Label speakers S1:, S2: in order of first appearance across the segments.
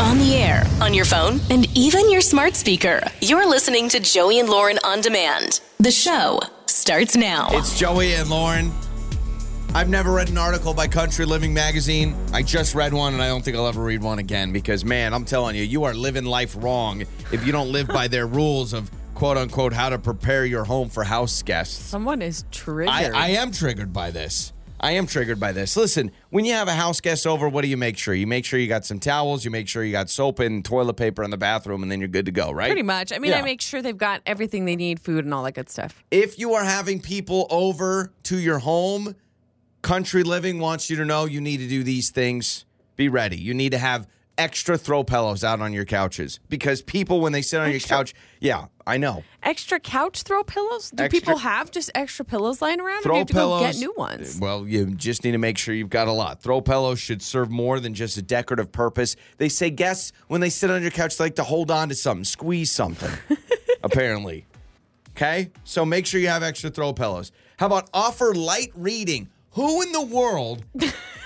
S1: on the air, on your phone, and even your smart speaker. You're listening to Joey and Lauren on demand. The show starts now.
S2: It's Joey and Lauren. I've never read an article by Country Living Magazine. I just read one, and I don't think I'll ever read one again because, man, I'm telling you, you are living life wrong if you don't live by their rules of quote unquote how to prepare your home for house guests.
S3: Someone is triggered.
S2: I, I am triggered by this. I am triggered by this. Listen, when you have a house guest over, what do you make sure? You make sure you got some towels, you make sure you got soap and toilet paper in the bathroom, and then you're good to go, right?
S3: Pretty much. I mean, I
S2: Yeah.
S3: make sure they've got everything they need, food and all that good stuff.
S2: If you are having people over to your home, Country Living wants you to know you need to do these things. Be ready. You need to have extra throw pillows out on your couches because people, when they sit on your couch, yeah, I know.
S3: Extra couch throw pillows? Do
S2: Extra-
S3: people have just extra pillows lying around? or do you
S2: Throw
S3: have to
S2: pillows.
S3: go get new ones.
S2: Well, you just need to make sure you've got a lot. Throw pillows should serve more than just a decorative purpose. They say guests, when they sit on your couch, they like to hold on to something, squeeze something, apparently. Okay? So make sure you have extra throw pillows. How about offer light reading? Who in the world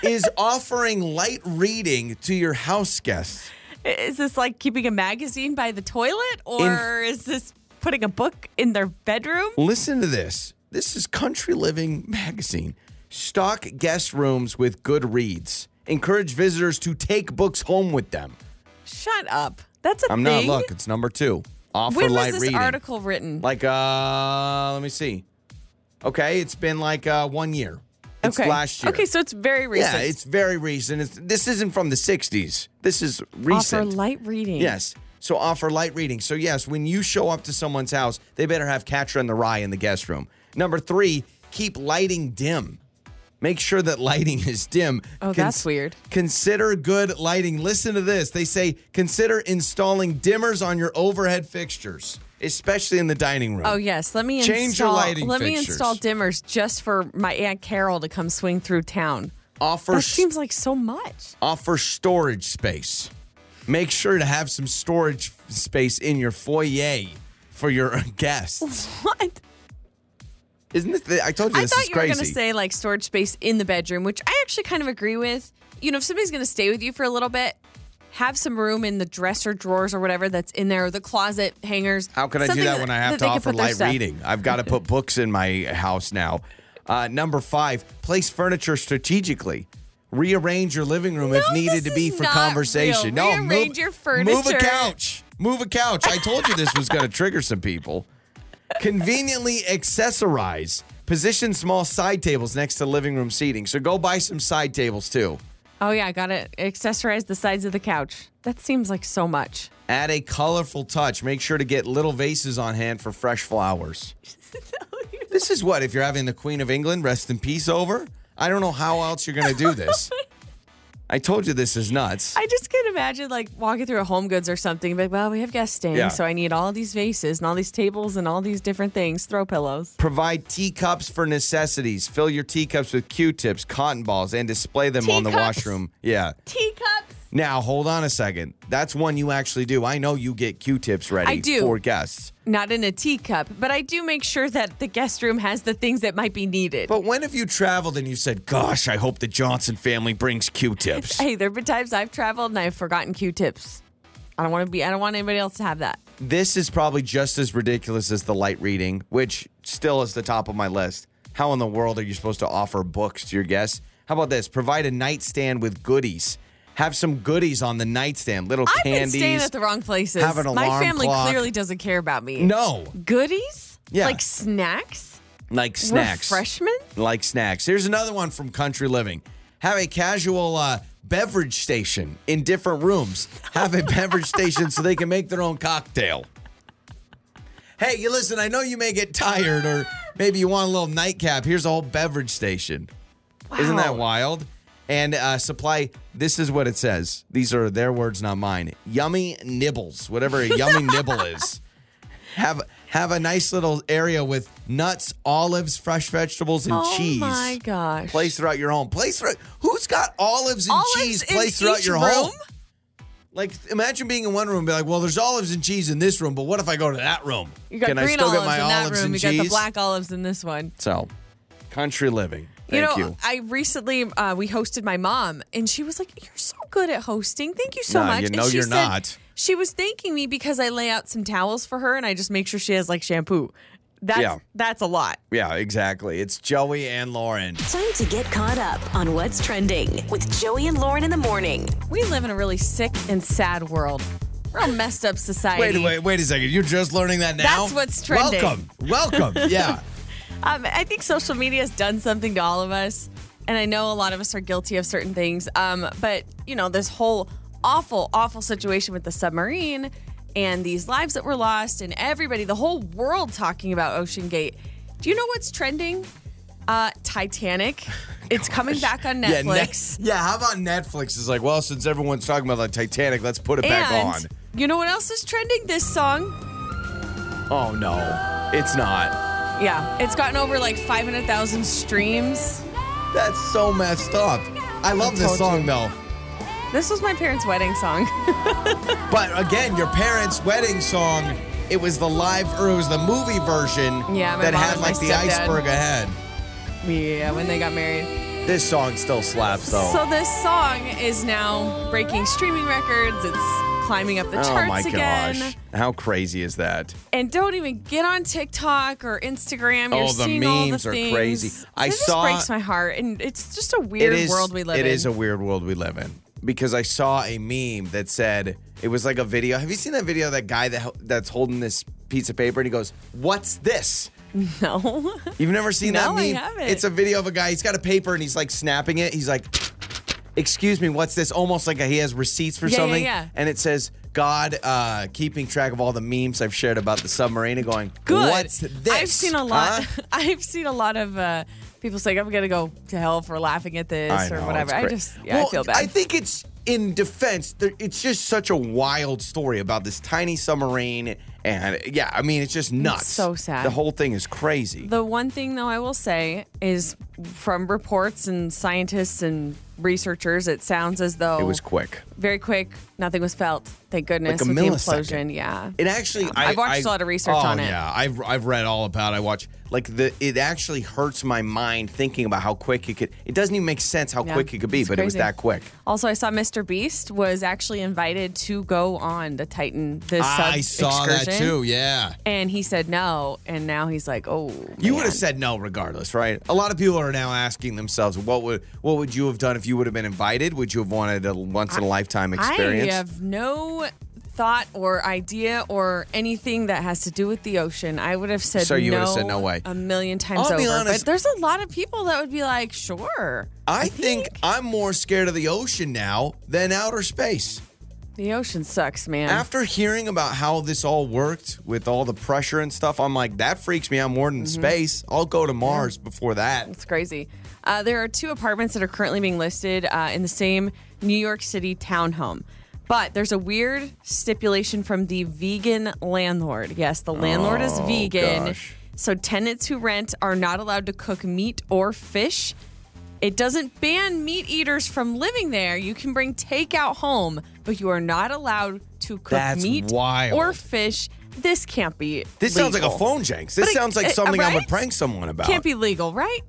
S2: is offering light reading to your house guests?
S3: Is this like keeping a magazine by the toilet or is this putting a book in their bedroom?
S2: Listen to this. This is Country Living Magazine. Stock guest rooms with good reads. Encourage visitors to take books home with them.
S3: Shut up. That's a
S2: I'm not.
S3: thing.
S2: Look, it's number two. Offer
S3: when
S2: light
S3: was this
S2: reading.
S3: article written?
S2: Like, uh, let me see. Okay, it's been like uh, one year. It's
S3: okay.
S2: last year.
S3: Okay, so it's very recent.
S2: yeah, it's very recent. It's, this isn't from the '60s. This is recent.
S3: Offer light reading.
S2: Yes. So offer light reading. So yes, when you show up to someone's house, they better have Catra and the Rye in the guest room. Number three, keep lighting dim. Make sure that lighting is dim.
S3: Oh, that's weird.
S2: Consider good lighting. Listen to this. They say consider installing dimmers on your overhead fixtures, especially in the dining room.
S3: Oh yes, let me
S2: Change your
S3: install,
S2: lighting
S3: Let me
S2: fixtures.
S3: install dimmers just for my aunt Carol to come swing through town.
S2: Offer
S3: That
S2: s-
S3: seems like so much.
S2: offer storage space. Make sure to have some storage space in your foyer for your guests.
S3: What?
S2: Isn't this? The, I told you
S3: I
S2: this
S3: thought
S2: is
S3: you
S2: crazy.
S3: were going to say like storage space in the bedroom, which I actually kind of agree with. You know, if somebody's going to stay with you for a little bit, have some room in the dresser drawers or whatever that's in there, or the closet hangers.
S2: How can I do
S3: something
S2: that when I have to
S3: they can
S2: offer
S3: put their
S2: light
S3: stuff.
S2: reading? I've got to put books in my house now. Uh, number five, place furniture strategically. Rearrange your living room if
S3: No,
S2: needed
S3: this
S2: to be
S3: is
S2: for
S3: not
S2: conversation.
S3: real.
S2: No,
S3: Rearrange
S2: move,
S3: your
S2: Move a
S3: furniture.
S2: couch. Move a couch. I told you this was going to trigger some people. Conveniently accessorize. Position small side tables next to living room seating. So go buy some side tables too.
S3: Oh yeah, I got to accessorize the sides of the couch. That seems like so much.
S2: Add a colorful touch. Make sure to get little vases on hand for fresh flowers. this is what if you're having the Queen of England rest in peace over. I don't know how else you're gonna do this. I told you this is nuts.
S3: I just can't imagine like walking through a Home Goods or something. Like, well, we have guests staying,
S2: Yeah.
S3: so I need all these vases and all these tables and all these different things, throw pillows.
S2: Provide teacups for necessities. Fill your teacups with Q-tips, cotton balls, and display them on the
S3: Teacups?
S2: washroom. Yeah.
S3: Teacups.
S2: Now hold on a second. That's one you actually do. I know you get Q-tips ready
S3: I do.
S2: for guests.
S3: Not in a teacup, but I do make sure that the guest room has the things that might be needed.
S2: But when have you traveled and you said, "Gosh, I hope the Johnson family brings Q-tips"?
S3: hey, there've been times I've traveled and I've forgotten Q-tips. I don't want to be. I don't want anybody else to have that.
S2: This is probably just as ridiculous as the light reading, which still is the top of my list. How in the world are you supposed to offer books to your guests? How about this? Provide a nightstand with goodies. Have some goodies on the nightstand, little
S3: I've
S2: candies.
S3: been staying at the wrong places.
S2: Have an
S3: My
S2: alarm
S3: family
S2: clock.
S3: clearly doesn't care about me.
S2: no,
S3: Goodies?
S2: Yeah.
S3: Like snacks?
S2: like snacks.
S3: Refreshments?
S2: Like snacks. Here's another one from Country Living. Have a casual uh, beverage station in different rooms. Have a beverage station so they can make their own cocktail. Hey, you listen, I know you may get tired or maybe you want a little nightcap. Here's a whole beverage station. Isn't that
S3: Wow.
S2: wild? And uh, supply, this is what it says. These are their words, not mine. Yummy nibbles, whatever a yummy nibble is. Have have a nice little area with nuts, olives, fresh vegetables, and
S3: Oh
S2: cheese.
S3: my gosh.
S2: Placed throughout your home. Placed throughout. Who's got olives and
S3: Olives
S2: cheese
S3: in
S2: placed throughout
S3: each
S2: your home?
S3: room?
S2: Like, imagine being in one room and be like, well, there's olives and cheese in this room, but what if I go to that room?
S3: You got
S2: Can
S3: green
S2: I still
S3: olives
S2: get my
S3: in that
S2: olives
S3: room.
S2: and
S3: You
S2: cheese?
S3: got the black olives in this one.
S2: So, country living.
S3: you know,
S2: Thank you.
S3: I recently uh, we hosted my mom, and she was like, "You're so good at hosting. Thank you so
S2: Nah,
S3: much."
S2: you
S3: And
S2: know
S3: she
S2: you're
S3: said
S2: not.
S3: She was thanking me because I lay out some towels for her, and I just make sure she has like shampoo. That's
S2: Yeah.
S3: that's a lot.
S2: Yeah, exactly. It's Joey and Lauren.
S1: Time to get caught up on what's trending with Joey and Lauren in the morning.
S3: We live in a really sick and sad world. We're a messed up society.
S2: Wait, wait, wait a second. You're just learning that now?
S3: That's what's trending.
S2: Welcome. Welcome. Yeah.
S3: Um, I think social media has done something to all of us, and I know a lot of us are guilty of certain things. Um, but you know, this whole awful, awful situation with the submarine and these lives that were lost, and everybody, the whole world talking about Ocean Gate. Do you know what's trending? Uh, Titanic. It's coming back on
S2: Yeah,
S3: Netflix.
S2: ne- yeah, how about Netflix is like, well, since everyone's talking about the Titanic, let's put it back on.
S3: and you know what else is trending? This song.
S2: Oh, no. It's not.
S3: Yeah, it's gotten over like 500,000 streams.
S2: That's so messed up. I love this song, though.
S3: This was my parents' wedding song.
S2: But again, your parents' wedding song, it was the live, or it was the movie version
S3: Yeah, my
S2: that
S3: mom
S2: had
S3: and my
S2: like the
S3: stepdad.
S2: iceberg ahead.
S3: yeah, when they got married.
S2: This song still slaps, though.
S3: So this song is now breaking streaming records. It's climbing up the charts
S2: oh, my
S3: again.
S2: gosh. How crazy is that?
S3: And don't even get on TikTok or Instagram. You're
S2: Oh, the
S3: seeing all the
S2: memes are
S3: things.
S2: crazy. I
S3: It just
S2: saw-
S3: breaks my heart, and it's just a weird world we live in.
S2: It is a weird world we live in because I saw a meme that said it was like a video. Have you seen that video? Of that guy that that's holding this piece of paper and he goes, "What's this?"
S3: no.
S2: You've never seen that
S3: No, I
S2: meme?
S3: haven't.
S2: It's a video of a guy. He's got a paper and he's like snapping it. He's like, "Excuse me, what's this?" Almost like he has receipts for
S3: Yeah, yeah,
S2: something.
S3: yeah.
S2: And it says. God, uh, keeping track of all the memes I've shared about the submarine and going,
S3: Good.
S2: what's this?
S3: I've seen a lot.
S2: Huh?
S3: I've seen a lot of uh, people saying, "I'm gonna go to hell for laughing at
S2: I
S3: this"
S2: know,
S3: or
S2: it's
S3: whatever." I
S2: cra-
S3: just, yeah,
S2: Well,
S3: I feel bad.
S2: I think it's in defense. there- It's just such a wild story about this tiny submarine, and yeah, I mean, it's just nuts.
S3: so sad.
S2: The whole thing is crazy.
S3: The one thing, though, I will say is from reports and scientists and researchers, it sounds as though
S2: it was quick.
S3: very quick. Nothing was felt. Thank goodness.
S2: Like a
S3: with the
S2: millisecond.
S3: implosion. Yeah.
S2: It actually, I,
S3: Um, I've watched
S2: I-
S3: a lot of research
S2: oh,
S3: on it.
S2: Yeah, I've I've read all about. It. I watch like the. It actually hurts my mind thinking about how quick it could. It doesn't even make sense how
S3: Yeah,
S2: quick it could be,
S3: it's
S2: but it was
S3: crazy.
S2: that quick.
S3: also, I saw Mr. Beast was actually invited to go on the Titan, the sub
S2: I saw
S3: excursion,
S2: that too. Yeah.
S3: And he said no. And now he's like, oh.
S2: You
S3: man.
S2: would have said no regardless, right? A lot of people are now asking themselves, what would what would you have done if you would have been invited? Would you have wanted a once in a lifetime experience?
S3: I have no thought or idea or anything that has to do with the ocean. I would have said
S2: So you
S3: no,
S2: would have said no way.
S3: a million times
S2: I'll
S3: over.
S2: be honest-
S3: but there's a lot of people that would be like, sure.
S2: I think I'm more scared of the ocean now than outer space.
S3: The ocean sucks, man.
S2: After hearing about how this all worked with all the pressure and stuff, I'm like, that freaks me out more than
S3: Mm-hmm.
S2: space. I'll go to Mars before that.
S3: It's crazy. Uh, there are two apartments that are currently being listed uh, in the same New York City townhome. But there's a weird stipulation from the vegan landlord. Yes, the landlord is vegan.
S2: Oh, gosh.
S3: So tenants who rent are not allowed to cook meat or fish. It doesn't ban meat eaters from living there. You can bring takeout home, but you are not allowed to cook
S2: That's
S3: meat
S2: wild.
S3: or fish. This can't be.
S2: This sounds like a
S3: legal.
S2: phone jinx. This
S3: But it-
S2: sounds like
S3: it-
S2: something I would
S3: right?
S2: prank someone about.
S3: Can't be legal, right?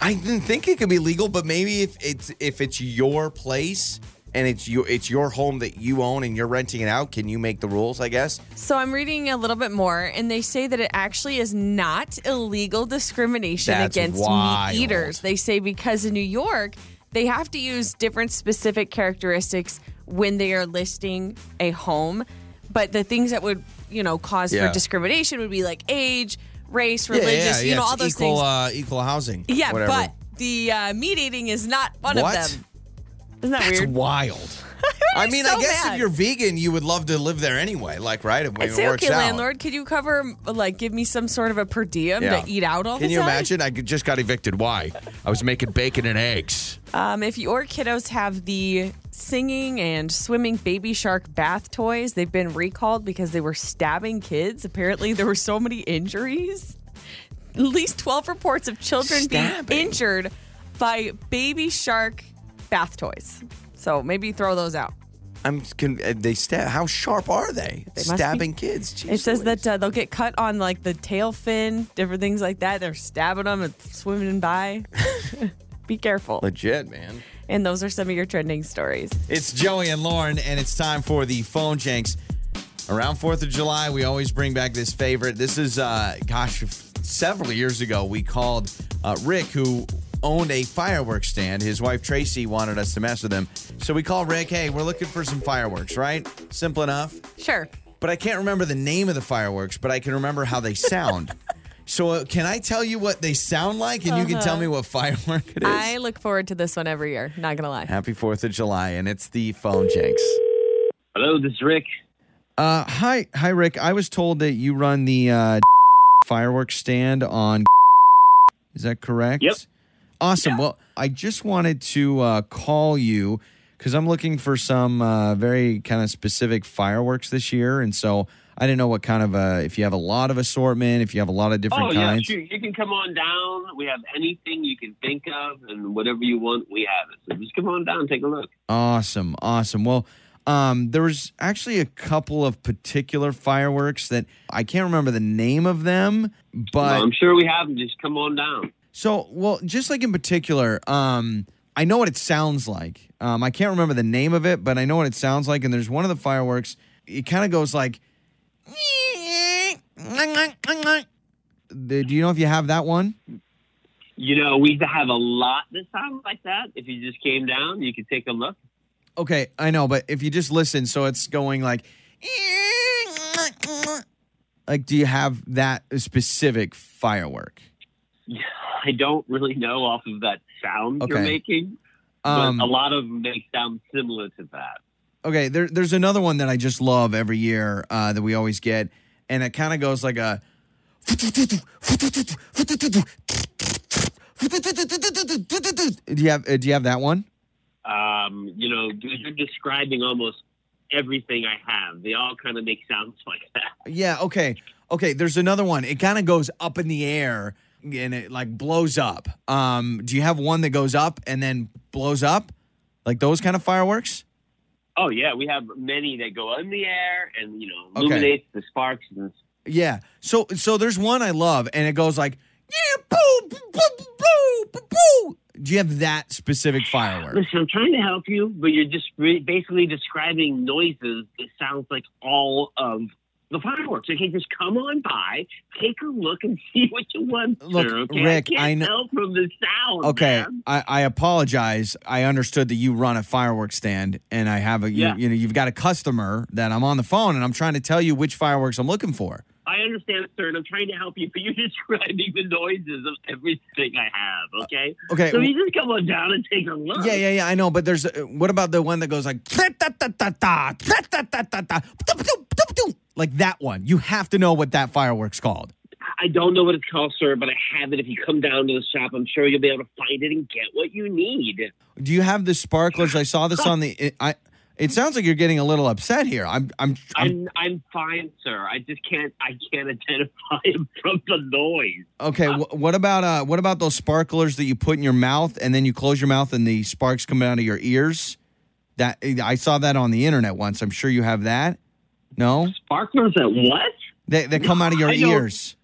S2: I didn't think it could be legal, but maybe if it's if it's your place and it's your it's your home that you own and you're renting it out, can you make the rules? I guess.
S3: So I'm reading a little bit more, and they say that it actually is not illegal discrimination
S2: That's
S3: against
S2: wild.
S3: meat eaters. They say because in New York, they have to use different specific characteristics when they are listing a home. But the things that would, you know, cause
S2: Yeah.
S3: for discrimination would be like age, race, religious, you know, all those
S2: equal,
S3: things.
S2: Uh, equal housing.
S3: yeah,
S2: whatever.
S3: but the uh, meat eating is not one
S2: What?
S3: of them. Isn't that
S2: that's
S3: weird?
S2: wild. I mean,
S3: so
S2: I guess
S3: mad.
S2: if you're vegan, you would love to live there anyway. Like, right? If
S3: I'd
S2: it
S3: say,
S2: works
S3: okay,
S2: out.
S3: landlord, could you cover, like, give me some sort of a per diem
S2: Yeah.
S3: to eat out all
S2: Can
S3: the
S2: you
S3: time?
S2: imagine? I just got evicted. Why? I was making bacon and eggs.
S3: Um, if your kiddos have the singing and swimming baby shark bath toys, they've been recalled because they were stabbing kids. Apparently, there were so many injuries. At least 12 reports of children
S2: Stabbing.
S3: being injured by baby shark bath toys. So maybe throw those out.
S2: I'm con- uh, they stab. How sharp are they?
S3: must be-
S2: Stabbing kids. Jeez
S3: It says
S2: Louise.
S3: that uh, they'll get cut on like the tail fin, different things like that. They're stabbing them and swimming by. Be careful.
S2: legit, man.
S3: And those are some of your trending stories.
S2: It's Joey and Lauren, and it's time for the phone janks. Around 4th of July, we always bring back this favorite. This is, uh, gosh, several years ago, we called uh, Rick, who owned a fireworks stand. His wife, Tracy, wanted us to mess with him. So we called Rick, hey, we're looking for some fireworks, right? Simple enough.
S3: Sure.
S2: But I can't remember the name of the fireworks, but I can remember how they sound. so uh, can I tell you what they sound like, and you can tell me what firework it is?
S3: I look forward to this one every year. Not gonna lie.
S2: Happy 4th of July, and it's the phone janks.
S4: Hello, this is Rick.
S2: Uh, hi, hi, Rick. I was told that you run the uh, fireworks stand on. Is that correct?
S4: Yep.
S2: Awesome. Well, I just wanted to uh, call you because I'm looking for some uh, very kind of specific fireworks this year, and so I didn't know what kind of uh, if you have a lot of assortment, if you have a lot of different
S4: oh yeah,
S2: kinds.
S4: sure. You can come on down. We have anything you can think of, and whatever you want, we have it. So just come on down, take a look.
S2: Awesome, awesome. Well, um, there was actually a couple of particular fireworks that I can't remember the name of them, but
S4: I'm sure we have them. Just come on down.
S2: So, well, just like in particular, um, I know what it sounds like. Um, I can't remember the name of it, but I know what it sounds like. And there's one of the fireworks. It kind of goes like. The- Do you know if you have that one?
S4: You know, we have a lot that sound like that. If you just came down, you could take a look.
S2: Okay, I know, but if you just listen, so it's going like. Like, do you have that specific firework?
S4: I don't really know off of that sound you're
S2: Okay. Um,
S4: making, but a lot of them they sound similar to that.
S2: Okay, there, there's another one that I just love every year uh, that we always get, and it kind of goes like a. Do you have uh, Do you have that one?
S4: Um, you know, you're describing almost everything I have. They all kind of make sounds like that.
S2: Yeah. Okay. Okay. There's another one. It kind of goes up in the air and it like blows up. Um, do you have one that goes up and then blows up, like those kind of fireworks?
S4: Oh yeah, we have many that go in the air and you know
S2: Okay.
S4: illuminates the sparks and
S2: Yeah. So so there's one I love, and it goes like yeah, boo, boo, boo, boo, boo, boo. Do you have that specific firework?
S4: Listen, I'm trying to help you, but you're just re- basically describing noises that sounds like all of the fireworks. Okay, just come on by, take a look, and see what you want.
S2: Look,
S4: sir, okay?
S2: Rick,
S4: I can't
S2: I kn-
S4: tell from the sound.
S2: Okay,
S4: man.
S2: I, I apologize. I understood that you run a fireworks stand, and I have a you,
S4: Yeah.
S2: you know you've got a customer that I'm on the phone, and I'm trying to tell you which fireworks I'm looking for.
S4: I understand, sir, and I'm trying to help you, but you're describing the noises of everything I have. Okay,
S2: Uh, Okay,
S4: so
S2: w-
S4: you just come on down and take a look.
S2: yeah, yeah, yeah. I know, but there's uh, what about the one that goes like "Ta, ta, ta, ta, ta, ta, ta, ta, ta, ta, ptum, ptum, ptum, ptum." like that one? You have to know what that fireworks called.
S4: I don't know what it's called, sir, but I have it. If you come down to the shop, I'm sure you'll be able to find it and get what you need.
S2: Do you have the sparklers? I saw this on the. It, I. It sounds like you're getting a little upset here. I'm. I'm. I'm
S4: I'm I'm fine, sir. I just can't I can't identify him from the noise.
S2: okay. wh- what about uh? What about those sparklers that you put in your mouth and then you close your mouth and the sparks come out of your ears? That I saw that on the internet once. I'm sure you have that. No,
S4: Sparklers at what?
S2: they they come out of your
S4: I don't-
S2: ears.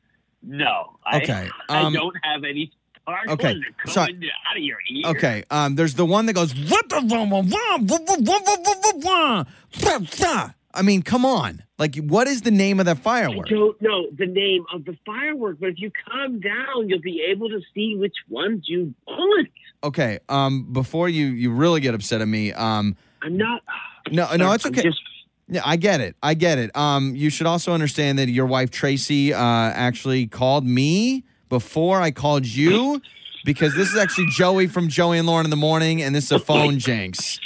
S4: No. I,
S2: Okay,
S4: I
S2: um,
S4: don't have any sparklers
S2: okay,
S4: that
S2: so-
S4: come in- out of your ear.
S2: Okay. Um. There's the one that goes. "Wah, wah, wah, wah, wah, wah, wah, wah, wah, wah, wah, wah." Wah, wah. I mean, come on. Like, what is the name of that
S4: I
S2: firework?
S4: don't know the name of the firework, but if you come down, you'll be able to see which ones you want.
S2: Okay. Um. Before you you really get upset at me. Um.
S4: I'm not.
S2: No, Uh, no, it's
S4: I'm
S2: okay.
S4: just-
S2: Yeah, I get it. I get it. Um, you should also understand that your wife Tracy uh, actually called me before I called you because this is actually Joey from Joey and Lauren in the morning, and this is a phone jinx.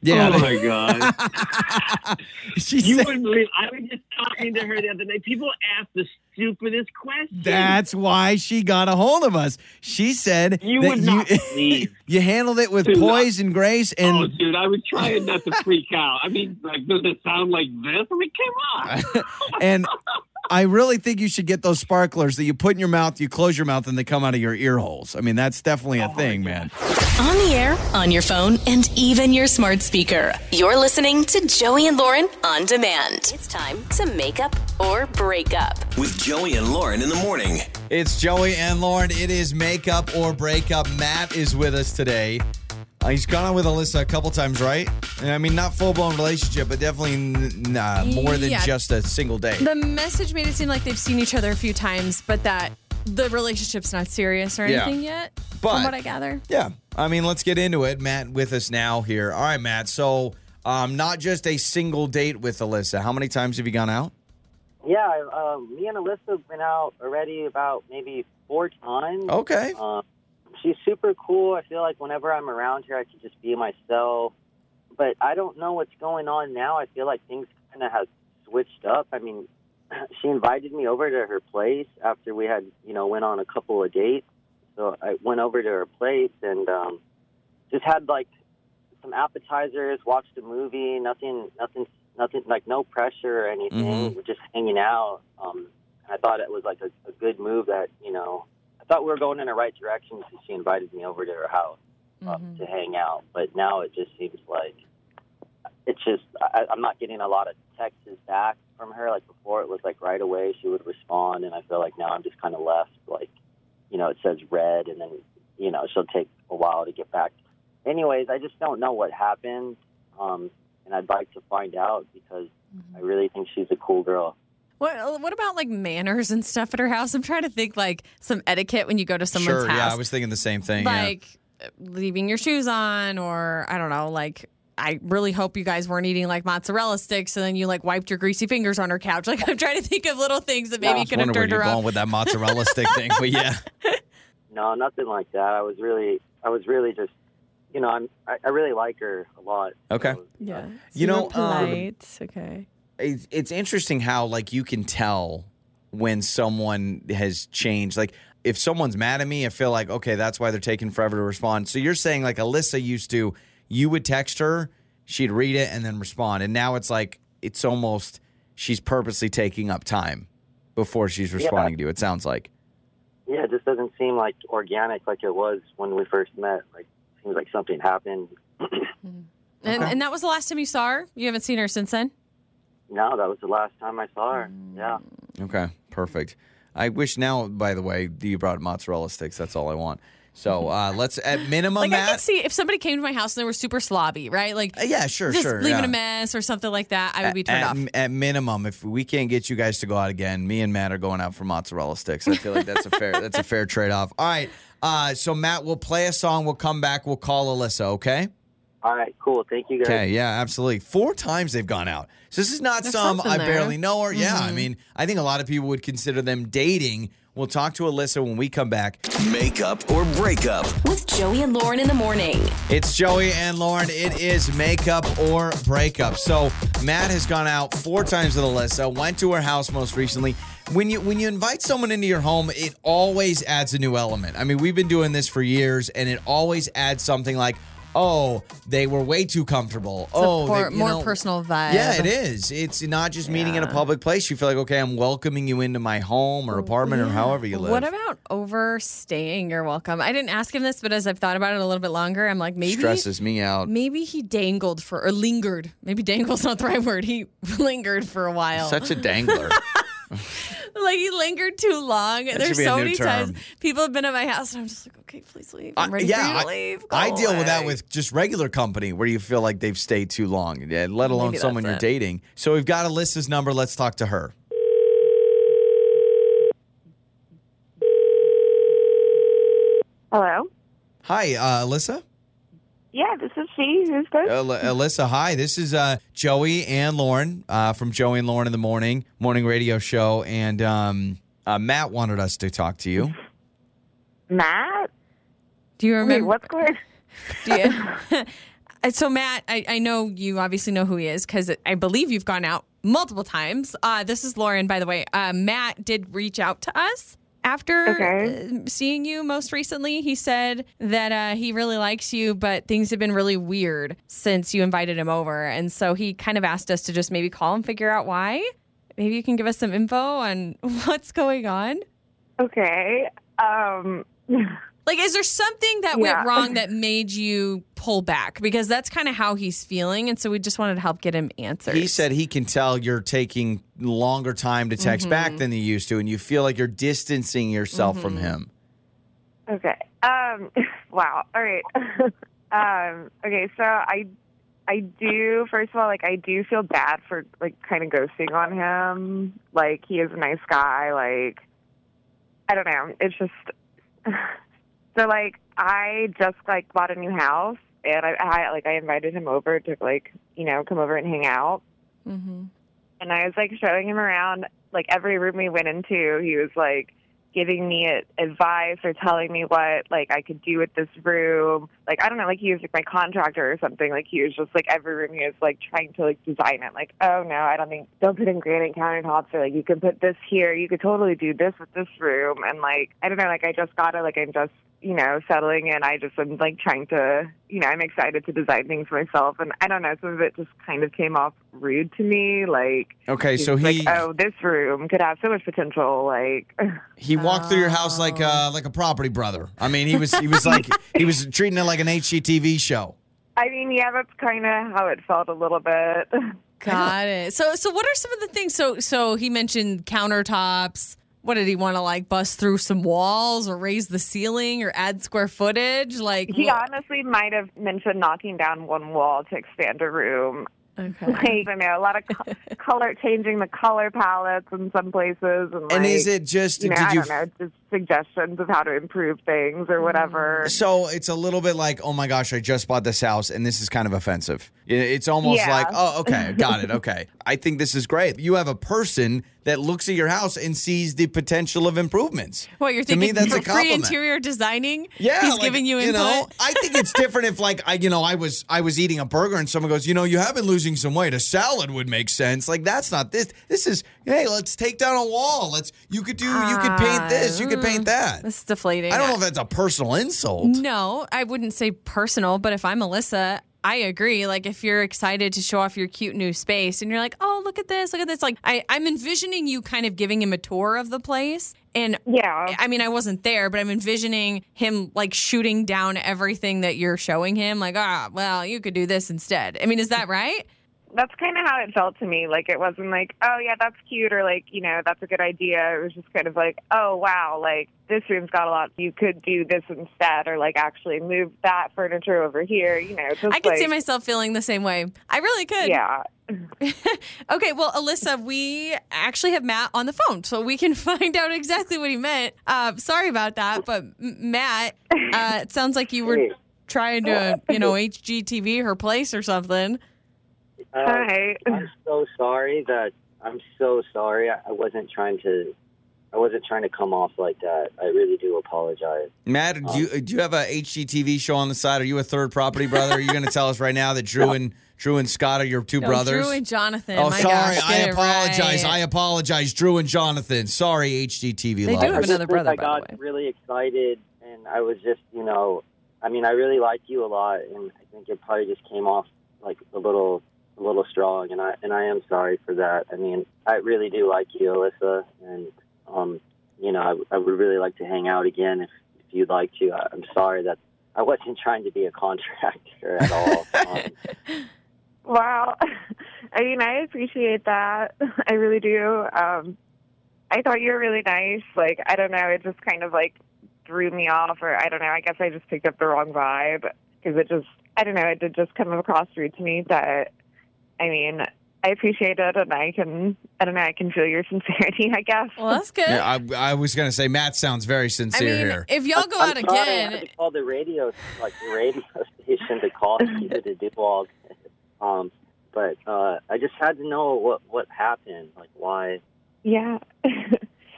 S2: Yeah,
S4: Oh my god!
S2: she
S4: You
S2: said,
S4: wouldn't believe. I was just talking to her the other night. People ask the stupidest questions.
S2: that's why she got a hold of us. She said
S4: You
S2: that
S4: would not
S2: you,
S4: believe.
S2: you handled it with
S4: Dude,
S2: poise and grace, and
S4: oh, dude, I was trying not to freak out. I mean, like, does it sound like this? I mean, come on.
S2: and I really think you should get those sparklers that you put in your mouth, you close your mouth, and they come out of your ear holes. I mean, that's definitely
S4: Oh
S2: a thing, man.
S1: On the air, on your phone, and even your smart speaker. You're listening to Joey and Lauren on demand. It's time to make up or break up.
S5: With Joey and Lauren in the morning.
S2: It's Joey and Lauren. It is makeup or breakup. Matt is with us today. Uh, he's gone on with Alyssa a couple times, right? And I mean, not full blown relationship, but definitely n- nah, more than
S3: Yeah.
S2: just a single day.
S3: The message made it seem like they've seen each other a few times, but that the relationship's not serious or
S2: Yeah.
S3: anything yet.
S2: But-
S3: from what I gather,
S2: Yeah. I mean, let's get into it. Matt with us now here. All right, Matt. So, um, not just a single date with Alyssa. How many times have you gone out?
S6: Yeah, uh, me and Alyssa went out already about maybe four times.
S2: Okay.
S6: Uh, she's super cool. I feel like whenever I'm around her, I can just be myself. But I don't know what's going on now. I feel like things kind of have switched up. I mean, she invited me over to her place after we had, you know, went on a couple of dates. So I went over to her place and um, just had like some appetizers, watched a movie, nothing, nothing, nothing, like no pressure or anything. We're just hanging out. Um, I thought it was like a, a good move that, you know, I thought we were going in the right direction since she invited me over to her house uh, to hang out. But now it just seems like it's just, I, I'm not getting a lot of texts back from her. Like before, it was like right away she would respond. And I feel like now I'm just kind of left, like, you know, it says red and then, you know, she'll take a while to get back. Anyways, I just don't know what happened. Um, and I'd like to find out because I really think she's a cool girl.
S3: what what about like manners and stuff at her house? I'm trying to think like some etiquette when you go to someone's
S2: sure.
S3: house,
S2: Yeah. I was thinking the same thing.
S3: like uh, leaving your shoes on, or I don't know, like. I really hope you guys weren't eating like mozzarella sticks, and then you like wiped your greasy fingers on her couch. Like I'm trying to think of little things that maybe
S6: Yeah.
S2: yeah.
S3: could have
S2: wonder where
S3: turned her
S2: you're
S3: off.
S2: going with that mozzarella stick thing. But yeah.
S6: No, nothing like that. I was really, I was really just, you know, I'm, I, I really like her a lot.
S2: Okay.
S6: So,
S3: Yeah,
S2: You know, um,
S3: polite. okay.
S2: it's, it's interesting how like you can tell when someone has changed like if someone's mad at me i feel like okay that's why they're taking forever to respond so you're saying like alyssa used to you would text her she'd read it and then respond and now it's like it's almost she's purposely taking up time before she's responding to you it sounds like
S6: yeah, it just doesn't seem like organic like it was when we first met. Like, seems like something happened.
S3: And, and that was the last time you saw her. You haven't seen her since then.
S6: No, that was the last time I saw her. Yeah.
S2: Okay, perfect. I wish now, by the way, you brought mozzarella sticks. That's all I want. So uh, let's, at minimum,
S3: Like I
S2: Matt.
S3: could see if somebody came to my house and they were super slobby, right? Like
S2: Uh, yeah, sure,
S3: just
S2: sure.
S3: leaving
S2: yeah.
S3: a mess or something like that. I would be turned
S2: at,
S3: off.
S2: at minimum, if we can't get you guys to go out again, me and Matt are going out for mozzarella sticks. I feel like that's a fair that's a fair trade off. All right. Uh, so Matt, we'll play a song. We'll come back. We'll call Alyssa. Okay.
S6: All right, cool. Thank you guys.
S2: Okay. Yeah. Absolutely. Four times they've gone out. So this is not
S3: There's
S2: some
S3: something
S2: I
S3: there. Mm-hmm.
S2: barely know her. Yeah. I mean, I think a lot of people would consider them dating. We'll talk to Alyssa when we come back.
S5: Makeup or breakup.
S1: With Joey and Lauren in the morning.
S2: It's Joey and Lauren. It is makeup or breakup. So Matt has gone out four times with Alyssa. Went to her house most recently. When you when you invite someone into your home, it always adds a new element. I mean, we've been doing this for years, and it always adds something like, "Oh, they were way too comfortable." oh,
S3: Or
S2: they- you
S3: more
S2: know-
S3: personal vibe.
S2: Yeah, it is. It's not just meeting in a public place. You feel like, okay, I'm welcoming you into my home or apartment or however you live.
S3: What about overstaying your welcome? I didn't ask him this, but as I've thought about it a little bit longer, I'm like maybe
S2: stresses me out?
S3: maybe he dangled for or lingered. Maybe dangle's not the right word. He lingered for a while.
S2: Such a dangler.
S3: like he lingered too long. There's
S2: should be a
S3: so
S2: new
S3: many times
S2: term.
S3: people have been at my house, and I'm just like, okay, please leave. I'm
S2: I-
S3: ready
S2: yeah,
S3: for you to
S2: I-
S3: leave. Go
S2: I deal with that
S3: away.
S2: with just regular company where you feel like they've stayed too long, yeah, let alone
S3: Maybe
S2: someone
S3: that's
S2: you're
S3: it.
S2: dating. So we've got Alyssa's number. Let's talk to her.
S7: Hello.
S2: Hi, uh, Alyssa.
S7: Yeah, this is she. Who's this?
S2: Al- Alyssa, hi. This is uh, Joey and Lauren uh, from Joey and Lauren in the Morning, morning radio show. And um, uh, Matt wanted us to talk to you.
S7: Matt.
S3: Do you
S7: Wait,
S3: remember?
S7: what's going?
S3: Yeah. so Matt, I, I know you obviously know who he is because I believe you've gone out multiple times. Uh, this is Lauren, by the way. Uh, Matt did reach out to us after
S7: Okay.
S3: uh, seeing you most recently. He said that uh, he really likes you, but things have been really weird since you invited him over, and so he kind of asked us to just maybe call and figure out why. Maybe you can give us some info on what's going on.
S7: Okay. Um,
S3: Like, is there something that
S7: Yeah.
S3: went wrong that made you pull back? Because that's kind of how he's feeling. And so we just wanted to help get him answers.
S2: He said he can tell you're taking longer time to text
S7: Mm-hmm.
S2: back than you used to, and you feel like you're distancing yourself from him.
S7: okay. Um, wow. All right. um, okay. So I, I do. First of all, like I do feel bad for like kind of ghosting on him. Like he is a nice guy. Like I don't know. It's just so like I just like bought a new house and I, I like I invited him over to like you know come over and hang out.
S3: Mhm.
S7: and I was like showing him around. Like every room we went into, he was like giving me a- advice or telling me what like I could do with this room. Like I don't know, like he was like my contractor or something. Like he was just like every room he was like trying to like design it. Like oh no, I don't think don't put in granite countertops or like you can put this here. You could totally do this with this room. And like I don't know, like I just got it. Like I'm just you know settling in. I just am like trying to you know I'm excited to design things for myself. And I don't know, some of it just kind of came off rude to me. Like
S2: Okay, so
S7: like,
S2: he
S7: oh, this room could have so much potential. Like,
S2: he walked through your house like
S7: oh.
S2: uh like a property brother. I mean, he was he was like he was treating it like an HGTV show.
S7: I mean, yeah, that's kind of how it felt a little bit.
S3: Got it. So, so what are some of the things? So, so he mentioned countertops. What did he want to like bust through some walls or raise the ceiling or add square footage? Like,
S7: He honestly might have mentioned knocking down one wall to expand a room.
S3: okay.
S7: Like, I don't know, a lot of co- color changing the color palettes in some places, and, like,
S2: And is it just
S7: you know,
S2: did
S7: I
S2: you Mm.
S7: don't know, just suggestions of how to improve things or whatever.
S2: So it's a little bit like, oh my gosh, I just bought this house and this is kind of offensive. I- It's almost
S7: Yeah.
S2: like, oh, okay, got it. Okay. I think this is great. You have a person that looks at your house and sees the potential of improvements.
S3: What you're
S2: To
S3: thinking?
S2: me, that's
S3: for
S2: a
S3: free
S2: compliment.
S3: interior designing.
S2: Yeah,
S3: he's
S2: like,
S3: giving you input.
S2: know, I think it's different if like I, you know, I was I was eating a burger and someone goes, you know, you have been losing some weight. A salad would make sense. Like that's not this. This is hey, let's take down a wall. Let's you could do you could paint this, you could paint that.
S3: This is deflating.
S2: I don't know if that's a personal insult.
S3: No, I wouldn't say personal, but if I'm Alyssa, I agree. Like, if you're excited to show off your cute new space and you're like, oh, look at this, look at this. Like, I, I'm envisioning you kind of giving him a tour of the place. And
S7: Yeah.
S3: I mean, I wasn't there, but I'm envisioning him like shooting down everything that you're showing him. Like, ah, well, you could do this instead. I mean, is that right?
S7: That's kind of how it felt to me. Like, it wasn't like, oh, yeah, that's cute, or like, you know, that's a good idea. It was just kind of like, oh, wow, like, this room's got a lot. You could do this instead, or like, actually move that furniture over here, you know. Just
S3: I could
S7: like,
S3: see myself feeling the same way. I really could.
S7: Yeah.
S3: Okay, well, Alyssa, we actually have Matt on the phone, so we can find out exactly what he meant. Uh, sorry about that, but M- Matt, uh, it sounds like you were trying to, you know, HGTV her place or something.
S7: All right.
S6: I'm so sorry that I'm so sorry. I, I wasn't trying to. I wasn't trying to come off like that. I really do apologize.
S2: Matt, do you do you have a HGTV show on the side? Are you a third property brother? Are you going to tell us right now that Drew and Drew and Scott are your two
S3: No,
S2: brothers?
S3: Drew and Jonathan.
S2: oh,
S3: my
S2: sorry,
S3: gosh,
S2: I
S3: get it
S2: apologize.
S3: right.
S2: I apologize, Drew and Jonathan. Sorry, HGTV.
S3: They do
S2: lovers.
S3: have
S6: I just
S3: another
S6: think
S3: brother,
S6: I
S3: by
S6: got
S3: the way.
S6: really excited, and I was just, you know, I mean, I really like you a lot, and I think it probably just came off like a little, a little strong, and I and I am sorry for that. I mean, I really do like you, Alyssa, and um, you know, I, I would really like to hang out again if, if you'd like to. I, I'm sorry that I wasn't trying to be a contractor at all. Um,
S7: Wow. I mean, I appreciate that. I really do. Um, I thought you were really nice. Like, I don't know. It just kind of like threw me off, or I don't know. I guess I just picked up the wrong vibe because it just, I don't know. It did just come across rude to me that, I mean, I appreciate it, and I can, I don't know. I can feel your sincerity, I guess.
S3: Well, that's good.
S2: Yeah, I, I was going to say Matt sounds very
S3: I
S2: sincere
S3: mean,
S2: here.
S3: if y'all go
S6: I'm
S3: out
S6: sorry, I had
S3: again,
S6: to call the radio, like the radio station, to call you to do all. this. Um, but uh, I just had to know what what happened, like why.
S7: Yeah.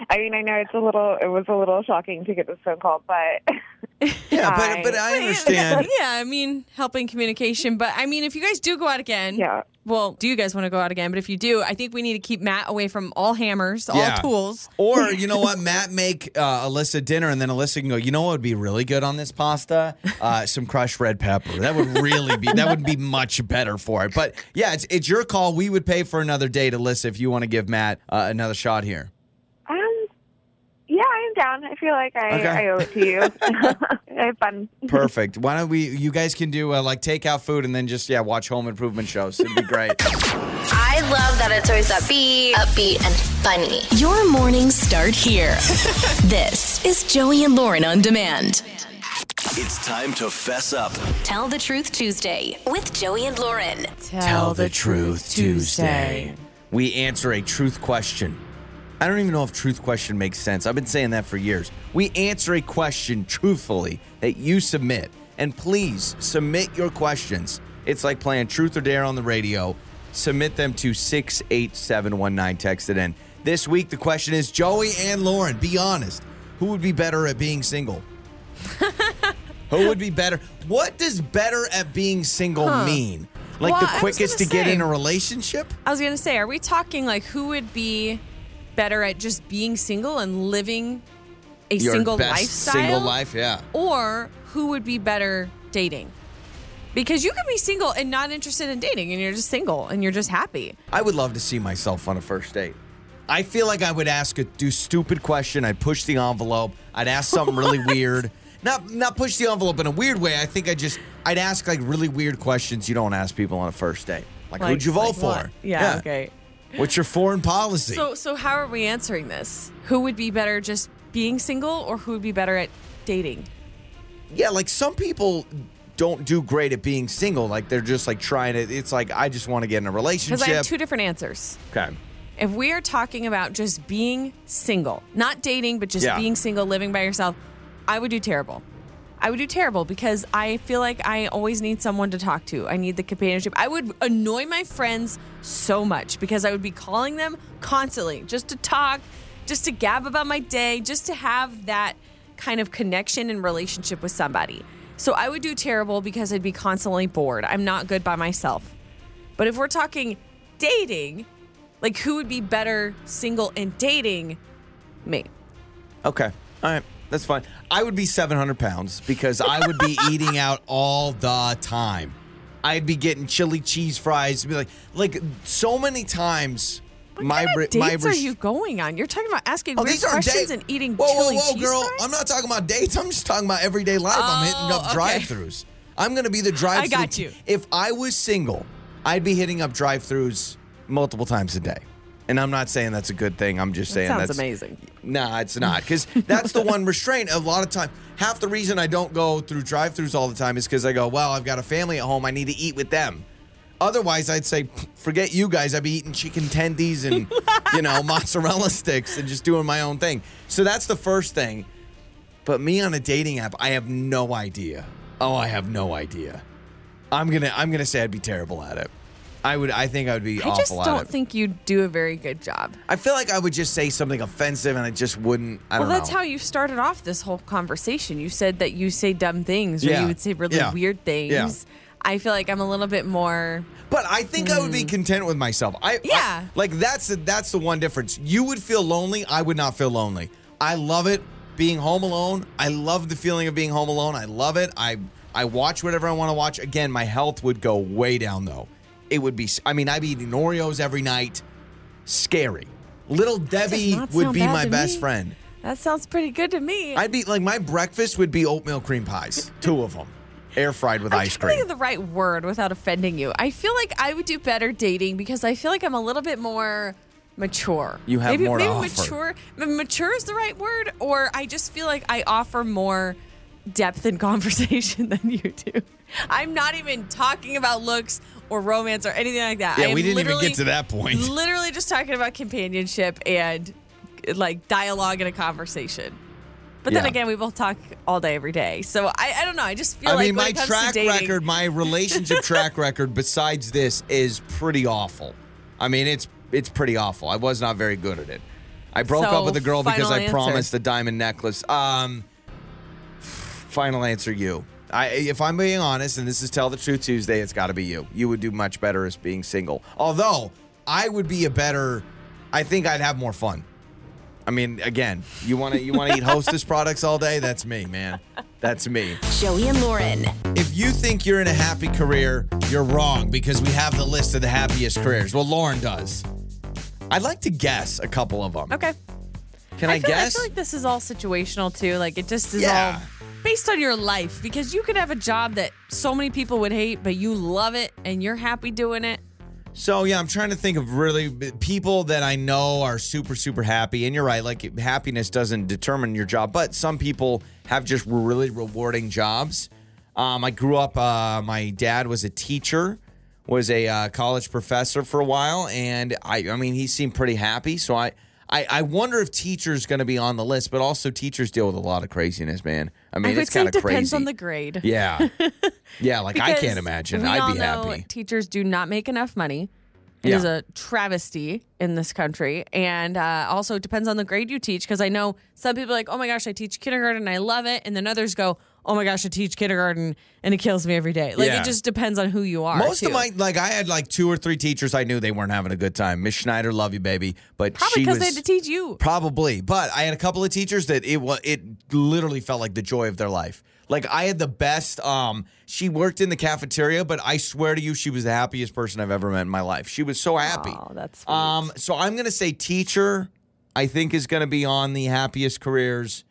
S7: I mean, I know it's a little, it was a little shocking to get this phone call, but
S2: yeah, but
S7: I-
S2: but I understand.
S3: yeah, I mean, helping communication. But I mean, if you guys do go out again,
S7: yeah.
S3: well, do you guys want to go out again? But if you do, I think we need to keep Matt away from all hammers, all
S2: Yeah.
S3: tools.
S2: Or you know what, Matt make uh, Alyssa dinner, and then Alyssa can go. You know what would be really good on this pasta? Uh, some crushed red pepper. That would really be. That would be much better for it. But yeah, it's it's your call. We would pay for another date, Alyssa, if you want to give Matt uh, another shot here.
S7: Um, yeah, I'm down. I feel like I,
S2: Okay.
S7: I owe it to you. I had fun.
S2: Perfect. Why don't we? You guys can do uh, like takeout food, and then just yeah, watch home improvement shows. It'd be great.
S8: I love that it's always upbeat, upbeat, and funny.
S1: Your mornings start here. this is Joey and Lauren on demand.
S5: It's time to fess up.
S1: Tell the Truth Tuesday with Joey and Lauren.
S2: Tell the Truth Tuesday. We answer a truth question. I don't even know if truth question makes sense. I've been saying that for years. We answer a question truthfully that you submit. And please submit your questions. It's like playing truth or dare on the radio. Submit them to 68719. Text it in. This week, the question is Joey and Lauren, be honest. Who would be better at being single? Who would be better? What does better at being single mean? Like
S3: Well, I
S2: the
S3: was
S2: quickest to
S3: gonna
S2: get
S3: say-
S2: in a relationship?
S3: I was going to say, are we talking like who would be better at just being single and living a
S2: Your
S3: single
S2: best
S3: lifestyle?
S2: Single life, yeah.
S3: Or who would be better dating? Because you can be single and not interested in dating and you're just single and you're just happy.
S2: I would love to see myself on a first date. I feel like I would ask a do stupid question. I'd push the envelope. I'd ask something really weird. Not not push the envelope in a weird way. I think I just I'd ask like really weird questions you don't ask people on a first date. Like, who'd you vote
S3: like
S2: for?
S3: what? Yeah, okay.
S2: What's your foreign policy?
S3: So so how are we answering this? Who would be better just being single or who would be better at dating?
S2: Yeah, like some people don't do great at being single. Like they're just like trying to. It's like I just want to get in a relationship.
S3: Because I have two different answers.
S2: okay.
S3: If we are talking about just being single, not dating, but just
S2: Yeah.
S3: being single, living by yourself, I would do terrible. I would do terrible because I feel like I always need someone to talk to. I need the companionship. I would annoy my friends so much because I would be calling them constantly just to talk, just to gab about my day, just to have that kind of connection and relationship with somebody. So I would do terrible because I'd be constantly bored. I'm not good by myself. But if we're talking dating, like who would be better single and dating? Me.
S2: Okay. All right. That's fine. I would be 700 pounds because I would be eating out all the time. I'd be getting chili cheese fries. Be like, like so many times. my
S3: What
S2: re-
S3: dates
S2: my
S3: are
S2: res-
S3: you going on? You're talking about asking
S2: Oh,
S3: weird
S2: these are
S3: questions
S2: dates.
S3: and eating
S2: Whoa,
S3: chili
S2: whoa, whoa,
S3: cheese
S2: girl!
S3: fries?
S2: I'm not talking about dates. I'm just talking about everyday life. I'm hitting
S3: Oh,
S2: up
S3: okay.
S2: drive-throughs. I'm gonna be the drive.
S3: I got you.
S2: If I was single, I'd be hitting up drive-throughs multiple times a day. And I'm not saying that's a good thing. I'm just saying
S3: Sounds
S2: that's
S3: amazing.
S2: Nah, it's not because that's the one restraint. A lot of time, half the reason I don't go through drive-throughs all the time is because I go, well, I've got a family at home. I need to eat with them. Otherwise, I'd say, "Pff, forget you guys. I'd be eating chicken tendies and you know mozzarella sticks and just doing my own thing. So that's the first thing. But me on a dating app, I have no idea. Oh, I have no idea. I'm gonna I'm gonna say I'd be terrible at it. I would I think I would be
S3: I
S2: awful
S3: just
S2: at
S3: don't
S2: it.
S3: think you do a very good job.
S2: I feel like I would just say something offensive and I just wouldn't I
S3: Well,
S2: don't know.
S3: that's how you started off this whole conversation. You said that you say dumb things or
S2: Yeah.
S3: you would say really
S2: Yeah.
S3: weird things.
S2: Yeah.
S3: I feel like I'm a little bit more.
S2: But I think I would be content with myself. I
S3: Mm. Yeah.
S2: I- like that's the, that's the one difference. You would feel lonely. I would not feel lonely. I love it being home alone. I love the feeling of being home alone. I love it. I I watch whatever I want to watch. Again, my health would go way down though. It would be. s- I mean, I'd be eating Oreos every night. Scary. Little Debbie
S3: not
S2: would
S3: sound
S2: be
S3: bad
S2: my
S3: to
S2: best
S3: me.
S2: friend.
S3: That sounds pretty good to me.
S2: I'd be like my breakfast would be oatmeal cream pies, two of them, air fried with ice
S3: I'm trying
S2: cream.
S3: to think of the right word without offending you. I feel like I would do better dating because I feel like I'm a little bit more mature.
S2: You have
S3: maybe,
S2: more to
S3: maybe
S2: offer.
S3: mature. m- Mature is the right word, or I just feel like I offer more depth in conversation than you do. I'm not even talking about looks or romance or anything like that.
S2: Yeah,
S3: I am
S2: we didn't even
S3: literally-
S2: get to that point.
S3: Literally just talking about companionship and like dialogue in a conversation. But then
S2: Yeah.
S3: again, we both talk all day, every day. So I, I don't know. I just feel
S2: I
S3: like
S2: mean,
S3: when
S2: my
S3: it comes
S2: track
S3: to dating,
S2: record, my relationship track record, besides this, is pretty awful. I mean, it's it's pretty awful. I was not very good at it. I broke
S3: So,
S2: up with a girl because
S3: final
S2: I
S3: answer.
S2: promised a diamond necklace. Um, final answer, you. I, if I'm being honest, and this is Tell the Truth Tuesday, it's got to be you. You would do much better as being single. Although, I would be a better, I think I'd have more fun. I mean, again, you want to you want to eat hostess products all day? That's me, man. That's me.
S1: Joey and Lauren.
S2: If you think you're in a happy career, you're wrong because we have the list of the happiest careers. Well, Lauren does. I'd like to guess a couple of them.
S3: Okay.
S2: Can I,
S3: feel,
S2: guess?
S3: I feel like this is all situational too. Like it just is
S2: Yeah.
S3: all based on your life because you could have a job that so many people would hate, but you love it and you're happy doing it.
S2: So yeah, I'm trying to think of really b- people that I know are super super happy. And you're right, like it- happiness doesn't determine your job, but some people have just really rewarding jobs. Um, I grew up. Uh, my dad was a teacher, was a uh, college professor for a while, and I I mean he seemed pretty happy. So I. I, I wonder if teachers going to be on the list, but also teachers deal with a lot of craziness, man. I mean,
S3: I would
S2: it's
S3: say
S2: kind
S3: it
S2: of crazy.
S3: depends on the grade.
S2: yeah, yeah. Like I
S3: Because
S2: can't imagine.
S3: we
S2: I'd
S3: all
S2: be
S3: know
S2: happy.
S3: Teachers do not make enough money. It
S2: Yeah.
S3: is a travesty in this country, and uh, also it depends on the grade you teach. Because I know some people are like, oh my gosh, I teach kindergarten, and I love it, and then others go, oh my gosh, I teach kindergarten, and it kills me every day. Like
S2: Yeah.
S3: it just depends on who you are.
S2: Most of
S3: too.
S2: my like I had like two or three teachers I knew they weren't having a good time. Miss Schneider, love you, baby, but
S3: probably
S2: she
S3: because
S2: was
S3: they had to teach you.
S2: probably. But I had a couple of teachers that it was it literally felt like the joy of their life. Like I had the best. Um, she worked in the cafeteria, but I swear to you, she was the happiest person I've ever met in my life. She was so happy.
S3: Oh, that's sweet.
S2: Um, so I'm gonna say teacher. I think is gonna be on the happiest careers,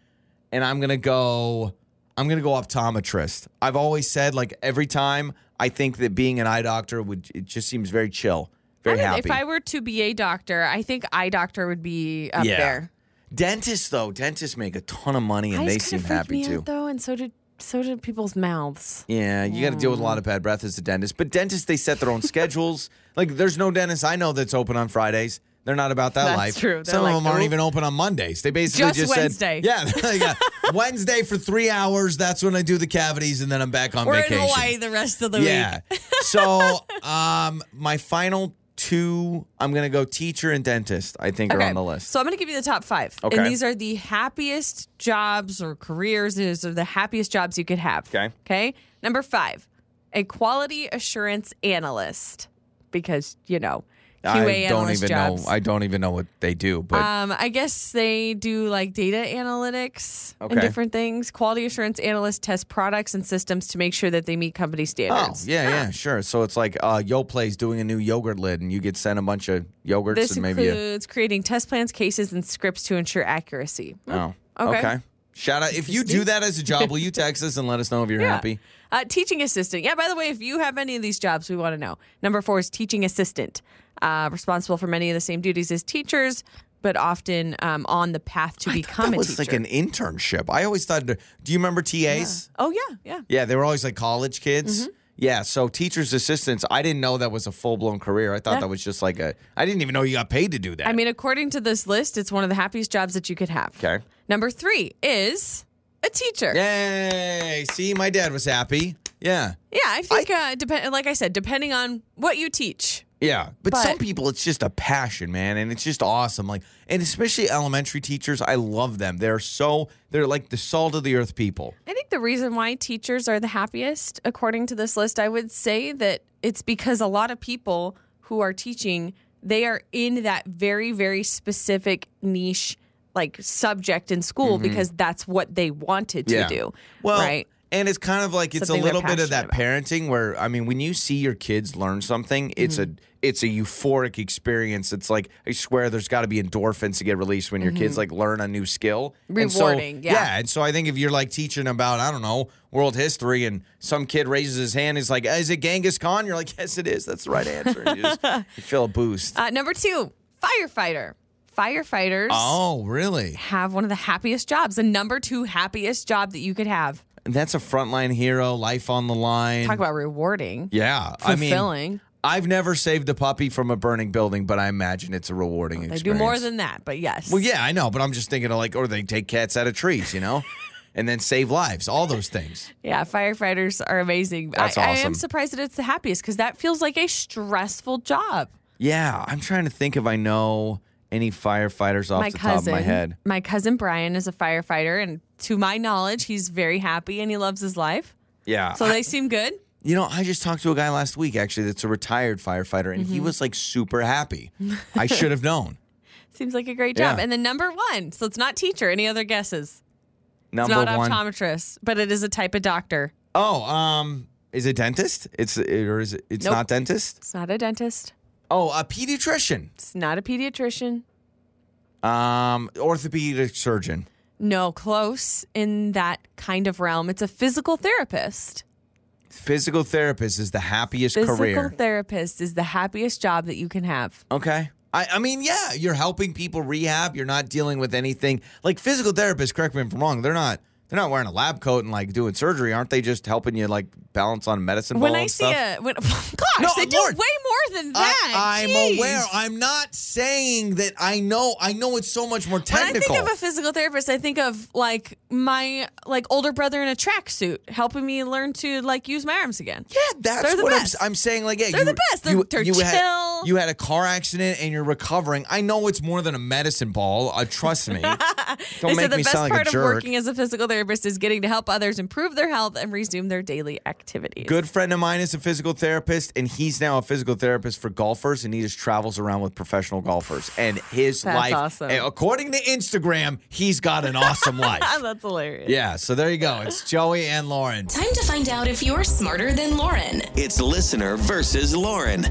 S2: and I'm gonna go. I'm gonna go optometrist. I've always said like every time I think that being an eye doctor would it just seems very chill, very
S3: I don't-
S2: happy.
S3: If I were to be a doctor, I think eye doctor would be up
S2: Yeah.
S3: there.
S2: Dentists though, dentists make a ton of money and
S3: Eyes
S2: they
S3: kinda
S2: seem
S3: freak
S2: happy
S3: me out,
S2: too.
S3: though, and so did so did people's mouths.
S2: Yeah, you got to deal with a lot of bad breath as a dentist. But dentists, they set their own schedules. Like, there's no dentist I know that's open on Fridays. They're not about that
S3: That's
S2: life.
S3: true. They're
S2: Some
S3: like,
S2: of them aren't
S3: "Nope."
S2: even open on Mondays. They basically
S3: Just
S2: just, said,
S3: Wednesday.
S2: yeah, they're like, uh, Wednesday for three hours. That's when I do the cavities, and then I'm back on
S3: We're
S2: vacation.
S3: in Hawaii the rest of the
S2: yeah.
S3: week.
S2: so, um, my final two, I'm gonna go teacher and dentist. I think are on the list.
S3: So I'm going to give you the top five.
S2: Okay.
S3: And these are the happiest jobs or careers. These are the happiest jobs you could have.
S2: Okay.
S3: Okay. Number five, a quality assurance analyst, because, you know, QA
S2: I don't
S3: analyst
S2: even
S3: jobs.
S2: know. I don't even know what they do, but
S3: um, I guess they do like data analytics
S2: Okay.
S3: and different things. Quality assurance analysts test products and systems to make sure that they meet company
S2: Oh,
S3: standards.
S2: yeah, yeah, sure. So it's like uh, Yoplay's doing a new yogurt lid, and you get sent a bunch of yogurts
S3: This
S2: and maybe a,
S3: includes creating test plans, cases, and scripts to ensure accuracy.
S2: oh,
S3: Okay.
S2: okay. Shout out if you do that as a job, will you text us and let us know if you're
S3: Yeah.
S2: happy?
S3: Uh, teaching assistant. Yeah, by the way, if you have any of these jobs, we want to know. Number four is teaching assistant, uh, responsible for many of the same duties as teachers, but often um, on the path to become
S2: that
S3: a
S2: was
S3: teacher.
S2: like an internship. I always thought. Do you remember TAs?
S3: oh yeah, Mm-hmm. yeah.
S2: Yeah, they were always like college kids. Yeah, so teachers' assistants. I didn't know that was a full blown career. I thought that was just like a. I didn't even know you got paid to do that.
S3: I mean, according to this list, it's one of the happiest jobs that you could have.
S2: Okay.
S3: Number three is a teacher.
S2: yay! See, my dad was happy. Yeah,
S3: Yeah, I think uh, depend. Like I said, depending on what you teach.
S2: Yeah, but,
S3: But-
S2: some people it's just a passion, man, and it's just awesome. Like, and especially elementary teachers, I love them. They're so they're like the salt of the earth people.
S3: I think the reason why teachers are the happiest, according to this list, I would say that it's because a lot of people who are teaching, they are in that very, very specific niche like subject in school because that's what they wanted to
S2: Mm-hmm. Yeah.
S3: do.
S2: Well,
S3: right.
S2: and it's kind of like it's
S3: Something
S2: a
S3: they're
S2: little bit of that
S3: passionate
S2: parenting where I mean, when you see your kids learn something, it's
S3: Mm-hmm.
S2: a it's a euphoric experience. It's like I swear, there's got to be endorphins to get released when your kids like learn a new skill. And so-
S3: Mm-hmm. Rewarding, yeah.
S2: yeah. And so I think if you're like teaching about I don't know world history, and some kid raises his hand, is like, "Is it Genghis Khan?" You're like, "Yes, it is. That's the right answer." And you, just, you feel a boost.
S3: Uh, number two, firefighter. Firefighters
S2: Oh, really?
S3: have one of the happiest jobs, the number two happiest job that you could have.
S2: That's a frontline hero, life on the line.
S3: Talk about rewarding,
S2: yeah, I mean,
S3: fulfilling.
S2: I've never saved a puppy from a burning building, but I imagine it's a rewarding
S3: they
S2: experience.
S3: do more than that, but yes.
S2: Well, yeah, I know, but I'm just thinking of like, or they take cats out of trees, you know, and then save lives, all those things.
S3: Yeah, firefighters are amazing.
S2: That's
S3: I, I am
S2: awesome.
S3: surprised that it's the happiest because that feels like a stressful job.
S2: Yeah, I'm trying to think if I know any firefighters off
S3: my
S2: the
S3: cousin,
S2: top of my head.
S3: my cousin Brian is a firefighter, and to my knowledge, he's very happy and he loves his life.
S2: Yeah.
S3: So they seem good.
S2: You know, I just talked to a guy last week actually that's a retired firefighter and
S3: Mm-hmm.
S2: he was like super happy. I should have known.
S3: Seems like a great job.
S2: Yeah.
S3: And then number one, so it's not teacher. Any other guesses? It's
S2: Number
S3: not
S2: one.
S3: optometrist, but it is a type of doctor.
S2: oh, um is it dentist? It's or is it it's
S3: Nope.
S2: not dentist?
S3: It's not a dentist.
S2: Oh, a pediatrician.
S3: It's not a pediatrician.
S2: Um orthopedic surgeon.
S3: No, close in that kind of realm. It's a physical therapist.
S2: Physical therapist is the happiest
S3: Physical
S2: career.
S3: therapist is the happiest job that you can have.
S2: okay. I, I mean, yeah, you're helping people rehab. You're not dealing with anything like physical therapists. Correct me if I'm wrong. They're not. They're not wearing a lab coat and like doing surgery, aren't they? Just helping you like balance on a medicine
S3: When
S2: ball
S3: I
S2: and
S3: see
S2: stuff?
S3: a when, gosh,
S2: No,
S3: they do
S2: Lauren,
S3: way more than that.
S2: I, am
S3: Jeez.
S2: aware. I'm not saying that I know. I know it's so much more
S3: When I
S2: technical.
S3: think of a physical therapist, I think of like my like older brother in a tracksuit helping me learn to like use my arms again.
S2: yeah, that's
S3: They're the
S2: what I'm,
S3: best.
S2: s- I'm saying. Like, yeah,
S3: They're
S2: you,
S3: the best. They're-
S2: you,
S3: they're
S2: you Had,
S3: chill.
S2: you had a car accident and you're recovering. I know it's more than a medicine ball. Uh, trust me. Don't
S3: they
S2: make
S3: said the
S2: me
S3: best
S2: sound like
S3: part
S2: a
S3: of
S2: jerk.
S3: working as a physical therapist is getting to help others improve their health and resume their daily activities.
S2: Good friend of mine is a physical therapist, and he's now a physical therapist for golfers, and he just travels around with professional golfers. And his
S3: That's
S2: life,
S3: awesome.
S2: according to Instagram, he's got an awesome life.
S3: Ah, That's hilarious.
S2: Yeah, so there you go. It's Joey and Lauren.
S1: Time to find out if you're smarter than Lauren.
S5: It's listener versus Lauren.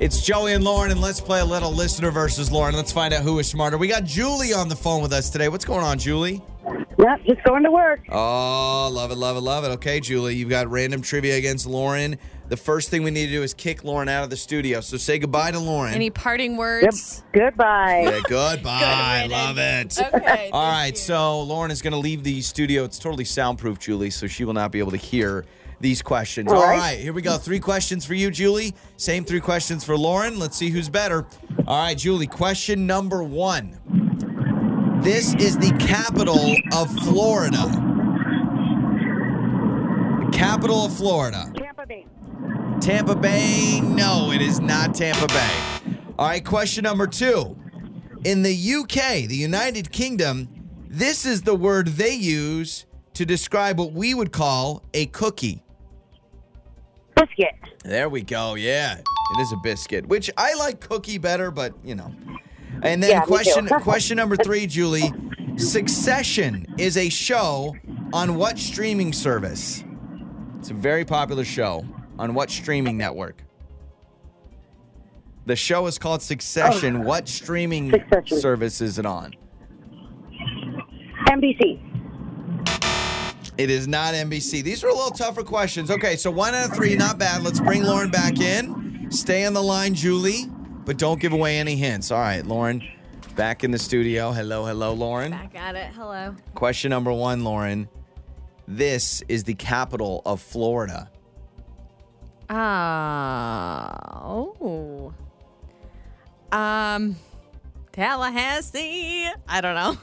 S2: It's Joey and Lauren, and let's play a little listener versus Lauren. Let's find out who is smarter. We got Julie on the phone with us today. What's going on, Julie?
S6: Yep, just going to work.
S2: Oh, love it, love it, love it. Okay, Julie, you've got random trivia against Lauren. The first thing we need to do is kick Lauren out of the studio. So say goodbye to Lauren.
S3: Any parting
S6: Yep.
S3: words?
S6: Goodbye.
S2: Yeah, goodbye. love it.
S3: Okay.
S2: All right, so Lauren is going to leave the studio. It's totally soundproof, Julie, so she will not be able to hear these questions. All right. here we go. Three questions for you, Julie. Same three questions for Lauren. Let's see who's better. All right, Julie, question number one. This is the capital of Florida. The capital of Florida.
S6: Tampa Bay.
S2: Tampa Bay. No, it is not Tampa Bay. All right, question number two. In the UK, the United Kingdom, this is the word they use to describe what we would call a cookie.
S6: Biscuit.
S2: There we go. Yeah, it is a biscuit, which I like cookie better, but you know. And then
S6: Yeah, me
S2: question
S6: too.
S2: question number three, Julie. Succession is a show on what streaming service? It's a very popular show. On what streaming network? The show is called Succession. What streaming
S6: Oh. Succession.
S2: service is it on?
S6: NBC.
S2: It is not NBC. These are a little tougher questions. Okay, so one out of three, not bad. Let's bring Lauren back in. Stay on the line, Julie, but don't give away any hints. All right, Lauren, back in the studio. Hello, hello, Lauren.
S3: Back at it. Hello.
S2: Question number one, Lauren. This is the capital of Florida.
S3: Ah. oh. Um. Tallahassee. I don't know.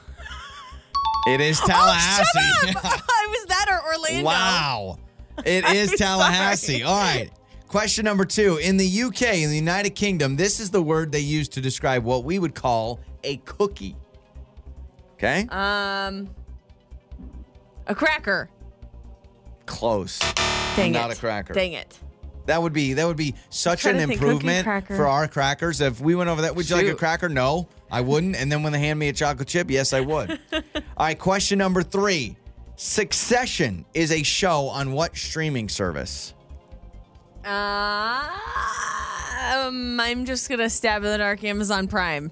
S2: It is
S3: Oh,
S2: Tallahassee.
S3: shut up! I was that or Orlando.
S2: Wow. It is
S3: I'm
S2: Tallahassee.
S3: sorry.
S2: All right. Question number two. In the UK, in the United Kingdom, this is the word they use to describe what we would call a cookie. Okay?
S3: Um. A cracker.
S2: Close.
S3: Dang
S2: Not
S3: it.
S2: a cracker.
S3: Dang it.
S2: That would be that would be such
S3: Trying
S2: an
S3: to think cookie
S2: improvement
S3: cracker.
S2: for our crackers. If we went over that, would you like a
S3: Shoot.
S2: cracker? No, I wouldn't. And then when they hand me a chocolate chip, yes, I would. All right, question number three. Succession is a show on what streaming service?
S3: Um, I'm just gonna stab in the dark Amazon Prime.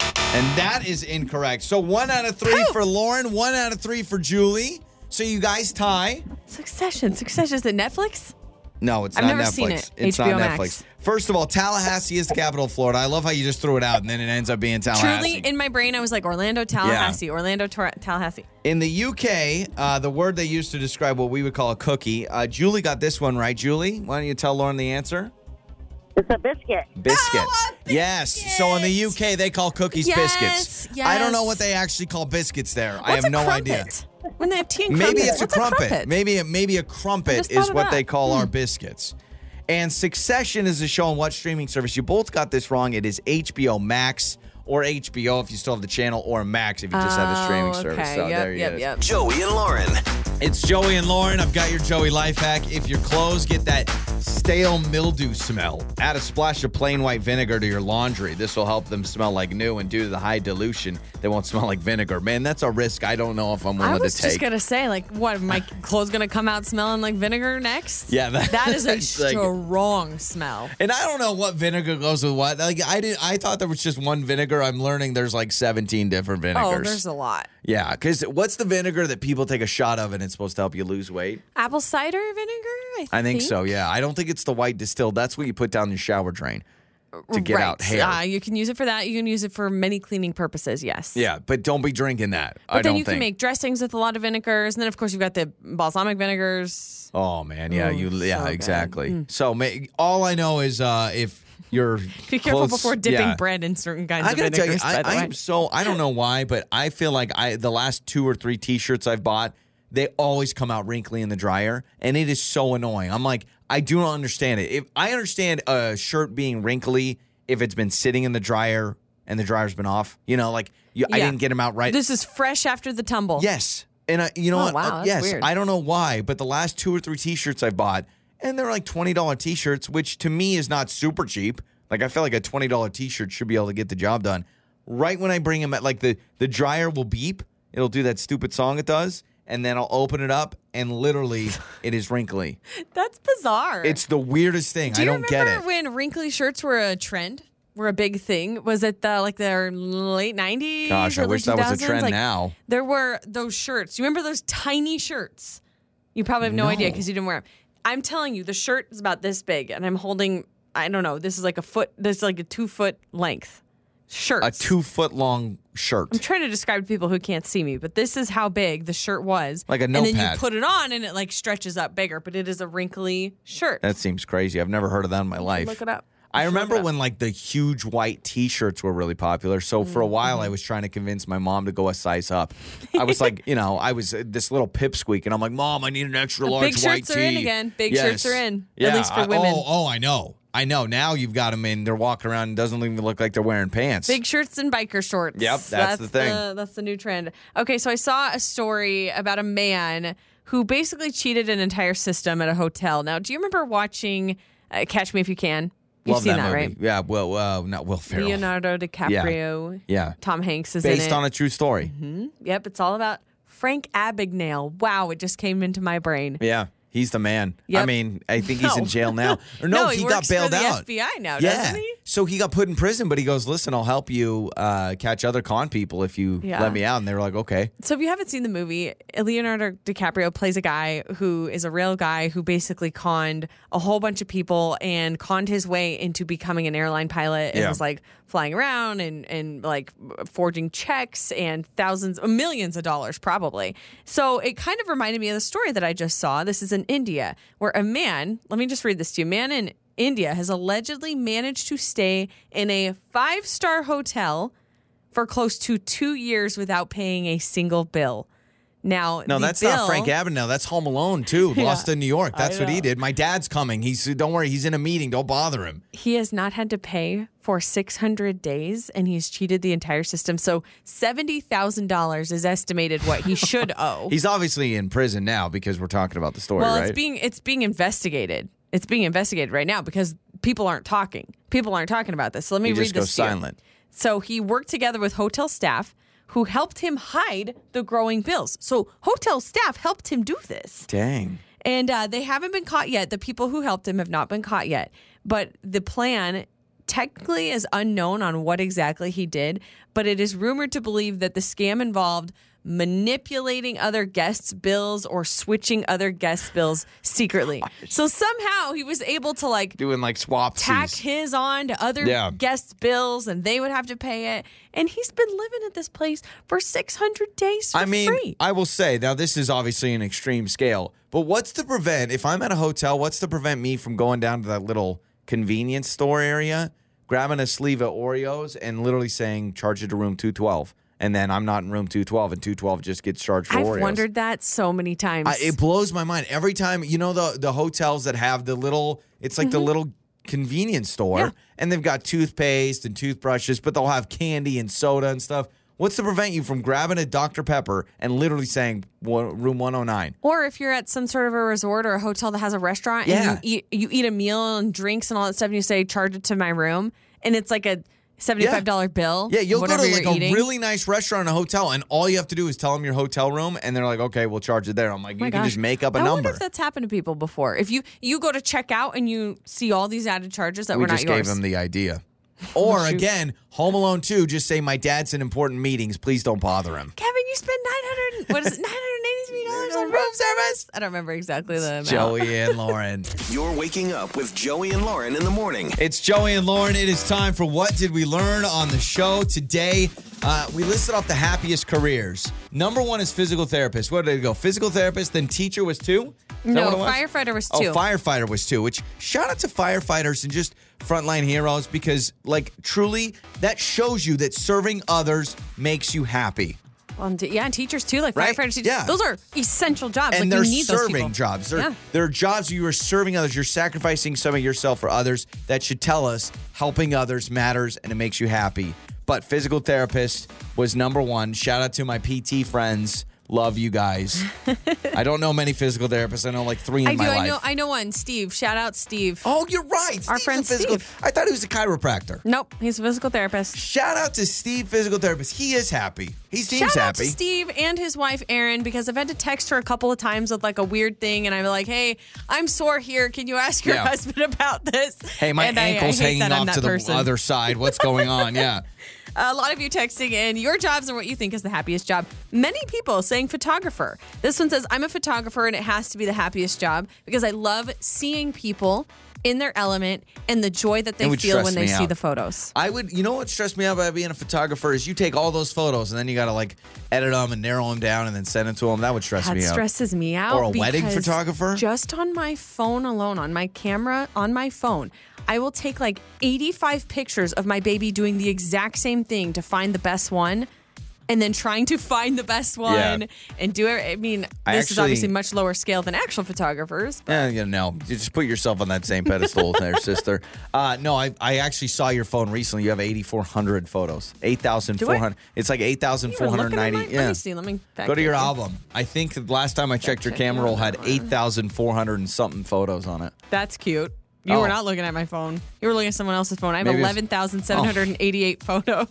S2: And that is incorrect. So one out of three for Lauren, one out of three for Julie. So you guys tie.
S3: Succession. Succession is it Netflix?
S2: No, it's
S3: I've
S2: not
S3: never
S2: Netflix.
S3: seen it.
S2: It's
S3: HBO
S2: not Netflix.
S3: Max.
S2: First of all, Tallahassee is the capital of Florida. I love how you just threw it out and then it ends up being Tallahassee.
S3: Truly, in my brain, I was like Orlando, Tallahassee, Orlando, Tor- Tallahassee.
S2: In the UK, uh, the word they use to describe what we would call a cookie. Uh, Julie got this one right. Julie, why don't you tell Lauren the answer?
S6: It's a biscuit.
S2: Biscuit.
S3: Oh, a
S2: Yes. So in the UK, they call cookies
S3: Yes,
S2: biscuits. I don't know
S3: yes.
S2: what they actually call biscuits there. I
S3: What's
S2: have
S3: a
S2: no
S3: crumpet?
S2: idea.
S3: When they have tea and
S2: Maybe
S3: crumpets.
S2: it's a
S3: What's
S2: crumpet. Maybe it, maybe a crumpet
S3: just
S2: is
S3: thought
S2: what
S3: of
S2: they
S3: that. Hmm.
S2: call our biscuits. And Succession is a show on what streaming service? You both got this wrong. It is HBO Max. or HBO if you still have the channel, or Max if you just have a streaming
S3: Oh,
S2: service.
S3: okay.
S2: So
S3: yep,
S2: there you
S3: yep,
S2: go.
S3: yep.
S5: Joey and Lauren.
S2: It's Joey and Lauren. I've got your Joey life hack. If your clothes get that stale mildew smell, add a splash of plain white vinegar to your laundry. This will help them smell like new, and due to the high dilution, they won't smell like vinegar. Man, that's a risk. I don't know if I'm willing
S3: I was
S2: to take.
S3: just gonna say, like, what? My clothes gonna come out smelling like vinegar next?
S2: Yeah, that-
S3: that is a
S2: that's like-
S3: strong smell.
S2: and I don't know what vinegar goes with what. Like I did, I thought there was just one vinegar. I'm learning there's like 17 different
S3: Oh,
S2: vinegars.
S3: there's a lot.
S2: yeah, because what's the vinegar that people take a shot of and it's supposed to help you lose weight?
S3: Apple cider vinegar? I think,
S2: I think so. Yeah, I don't think it's the white distilled. That's what you put down your shower drain to get
S3: right.
S2: out hair.
S3: Uh, you can use it for that. You can use it for many cleaning purposes. Yes.
S2: Yeah, but don't be drinking that.
S3: But
S2: I
S3: then
S2: don't
S3: you
S2: think.
S3: can make dressings with a lot of vinegars, and then of course you've got the balsamic vinegars.
S2: oh man, yeah, you yeah,
S3: so Mm.
S2: exactly. So ma- all I know is uh if you're
S3: Be careful
S2: close-
S3: before dipping
S2: yeah.
S3: bread in certain kinds
S2: I
S3: of
S2: gotta tell you,
S3: vinegars.
S2: I,
S3: by the
S2: I
S3: way.
S2: am so I don't know why, but I feel like I the last two or three T-shirts I've bought, they always come out wrinkly in the dryer, and it is so annoying. I'm like, I do not understand it. If I understand a shirt being wrinkly if it's been sitting in the dryer and the dryer's been off, you know, like you, I
S3: Yeah.
S2: didn't get them out right.
S3: This is fresh after the tumble.
S2: Yes. And I, you know
S3: Oh,
S2: what?
S3: wow,
S2: Uh,
S3: that's
S2: yes.
S3: weird.
S2: I don't know why, but the last two or three t-shirts I bought, and they're like $20 t-shirts, which to me is not super cheap. Like I feel like a $20 t-shirt should be able to get the job done. Right when I bring them at like the the dryer will beep, it'll do that stupid song it does, and then I'll open it up and literally it is wrinkly.
S3: That's bizarre.
S2: It's the weirdest thing.
S3: Do
S2: I
S3: you
S2: don't get
S3: remember
S2: it.
S3: when wrinkly shirts were a trend? Were a big thing? Was it the like the late nineties?
S2: Gosh, I wish that was a trend now.
S3: There were those shirts. You remember those tiny shirts? You probably have no, idea because you didn't wear them. I'm telling you, the shirt is about this big, and I'm holding. I don't know. This is like a foot. This is like a two foot length shirt.
S2: A 2-foot long shirt.
S3: I'm trying to describe to people who can't see me, but this is how big the shirt was.
S2: Like a
S3: And then you
S2: notepad.
S3: put it on, and it like stretches up bigger, but it is a wrinkly shirt.
S2: That seems crazy. I've never heard of that in my life.
S3: Look it up.
S2: I remember when like the huge white T-shirts were really popular. So for a while,
S3: Mm-hmm.
S2: I was trying to convince my mom to go a size up. I was like, you know, I was uh, this little pipsqueak, and I'm like, Mom, I need an extra
S3: The
S2: large
S3: big
S2: white
S3: shirts are in
S2: tee."
S3: again. Big shirts are in, at
S2: Yeah,
S3: least for
S2: I-
S3: women.
S2: oh, oh, I know, I know. Now you've got them in. They're walking around. and doesn't even look like they're wearing pants.
S3: Big shirts and biker shorts.
S2: Yep, that's the thing.
S3: that's the new trend. Okay, so I saw a story about a man who basically cheated an entire system at a hotel. Now, do you remember watching uh, Catch Me If You Can? You've
S2: Love
S3: seen
S2: that
S3: that,
S2: movie.
S3: right?
S2: Yeah. Well, uh, not Will Ferrell.
S3: Leonardo DiCaprio.
S2: Yeah.
S3: Tom Hanks is in
S2: Based
S3: it. Mm-hmm.
S2: on a true story.
S3: yep, it's all about Frank Abagnale. Wow, it just came into my brain.
S2: Yeah. He's the man. I
S3: Yep.
S2: mean, I think he's in
S3: No.
S2: jail now. Or no, he, got
S3: works for
S2: bailed
S3: the
S2: out.
S3: FBI now,
S2: yeah.
S3: Oh, doesn't he?
S2: So he got put in prison, but he goes, "Listen, I'll help you uh, catch other con people if you
S3: Yeah.
S2: let me out." And they were like, "Okay."
S3: So if you haven't seen the movie, Leonardo DiCaprio plays a guy who is a real guy who basically conned a whole bunch of people and conned his way into becoming an airline pilot and
S2: Yeah.
S3: was like flying around and and like forging checks and thousands millions of dollars probably. So it kind of reminded me of the story that I just saw. This is in India where a man, let me just read this to you. A man in India has allegedly managed to stay in a five-star hotel for close to two years without paying a single bill. Now,
S2: No,
S3: the
S2: that's
S3: bill,
S2: not Frank Abagnale. That's Home Alone too. Lost in New York. That's what he did. My dad's coming. He's don't worry. He's in a meeting. Don't bother him.
S3: He has not had to pay for 600 days, and he's cheated the entire system. So seventy thousand dollars is estimated what he should owe.
S2: He's obviously in prison now because we're talking about the story,
S3: well,
S2: right?
S3: it's being it's being investigated. It's being investigated right now because people aren't talking. People aren't talking about this. So let me
S2: he
S3: read
S2: just
S3: this.
S2: goes
S3: to you.
S2: silent.
S3: So he worked together with hotel staff who helped him hide the growing bills. So hotel staff helped him do this.
S2: Dang.
S3: And uh, they haven't been caught yet. The people who helped him have not been caught yet. But the plan technically is unknown on what exactly he did. But it is rumored to believe that the scam involved manipulating other guests' bills or switching other guests' bills secretly. So somehow he was able to like
S2: Doing like swaps.
S3: tack his on to other
S2: Yeah.
S3: guests' bills and they would have to pay it. And he's been living at this place for 600 days for
S2: I mean,
S3: free.
S2: I will say now this is obviously an extreme scale, but what's to prevent if I'm at a hotel? What's to prevent me from going down to that little convenience store area, grabbing a sleeve of Oreos, and literally saying charge it to room two twelve, and then I'm not in room two twelve, and two twelve just gets charged for
S3: I've
S2: Oreos.
S3: wondered that so many times.
S2: I, it blows my mind every time. You know the the hotels that have the little. It's like the little convenience store
S3: Mm-hmm. Yeah.
S2: and they've got toothpaste and toothbrushes, but they'll have candy and soda and stuff. What's to prevent you from grabbing a Dr. Pepper and literally saying "Wa- room 109?
S3: Or if you're at some sort of a resort or a hotel that has a restaurant
S2: Yeah.
S3: and you eat, you eat a meal and drinks and all that stuff and you say, charge it to my room. And it's like a $75 bill.
S2: Yeah, you'll go
S3: whatever
S2: to
S3: you're
S2: like a
S3: eating.
S2: really nice restaurant and a hotel, and all you have to do is tell them your hotel room, and they're like, okay, we'll charge it there. I'm like,
S3: Oh my
S2: you can
S3: gosh.
S2: just make up a
S3: I
S2: number.
S3: wonder if that's happened to people before. If you you go to check out and you see all these added charges that
S2: we
S3: were not
S2: just
S3: yours.
S2: gave him the idea. Or again, Home Alone 2, just say, my dad's in important meetings. Please don't bother him.
S3: Kevin, you spent nine hundred what is it nine hundred eighty three dollars on room service? I don't remember exactly the amount.
S2: Joey and Lauren.
S5: You're waking up with Joey and Lauren in the morning.
S2: It's Joey and Lauren. It is time for What Did We Learn on the Show today? Uh, we listed off the happiest careers. Number one is physical therapist. Where did it go? Physical therapist, then teacher was two? Is that
S3: No,
S2: what it was?
S3: firefighter was
S2: Oh,
S3: two.
S2: firefighter was two, which shout out to firefighters and just frontline heroes because, like, truly, that shows you that serving others makes you happy.
S3: Well, and t- yeah, and teachers too, like
S2: Right?
S3: firefighters. Teachers,
S2: Yeah.
S3: those are essential jobs.
S2: and
S3: like
S2: they're
S3: you need those people.
S2: serving jobs. They're,
S3: Yeah.
S2: they're jobs you are serving others. You're sacrificing some of yourself for others. That should tell us helping others matters and it makes you happy. But physical therapist was number one. Shout out to my PT friends. Love you guys. I don't know many physical therapists. I know like three in
S3: I do.
S2: my life.
S3: I know. I know one. Steve. Shout out, Steve.
S2: oh, you're right.
S3: Our
S2: Steve's a
S3: friend
S2: physical.
S3: Steve.
S2: I thought he was a chiropractor.
S3: Nope, he's a physical therapist.
S2: Shout out to Steve, physical therapist. He is happy. He seems
S3: Shout out
S2: happy.
S3: to Steve and his wife Erin because I've had to text her a couple of times with like a weird thing, and I'm like, "Hey, I'm sore here. Can you ask your
S2: Yeah.
S3: husband about this?"
S2: Hey, my
S3: And I- I
S2: ankle's
S3: hate that
S2: hanging
S3: I'm
S2: off
S3: that
S2: to the
S3: person.
S2: other side. What's going on? Yeah.
S3: A lot of you texting in your jobs are what you think is the happiest job. Many people saying photographer. This one says, I'm a photographer and it has to be the happiest job because I love seeing people in their element and the joy that
S2: It
S3: they
S2: would
S3: feel
S2: stress
S3: when they
S2: me
S3: see
S2: out.
S3: the photos.
S2: I would, you know what stressed me out about being a photographer is you take all those photos and then you got to like edit them and narrow them down and then send them to them. That would stress
S3: That
S2: me
S3: stresses me out.
S2: Or a wedding
S3: because
S2: photographer?
S3: Just on my phone alone, on my camera, on my phone, I will take like 85 pictures of my baby doing the exact same thing to find the best one. And then trying to find the best one and do it. I mean, this
S2: I
S3: is obviously
S2: actually-
S3: much lower scale than actual photographers.
S2: out. Yeah, you know, you just put yourself on that same pedestal there, sister. Uh, no, I, I actually saw your phone recently. You have 8,400 photos. 8,400. It's like
S3: You were looking at
S2: 8,490.
S3: my- Let me see. Let me back
S2: Go to
S3: here.
S2: your album. I think the last time I checked your
S3: check your
S2: camera roll had
S3: album.
S2: 8,400 and something photos on it.
S3: That's cute. You
S2: Oh.
S3: were not looking at my phone. You were looking at someone else's phone. I have
S2: Maybe it's- oh.
S3: 11,788 photos.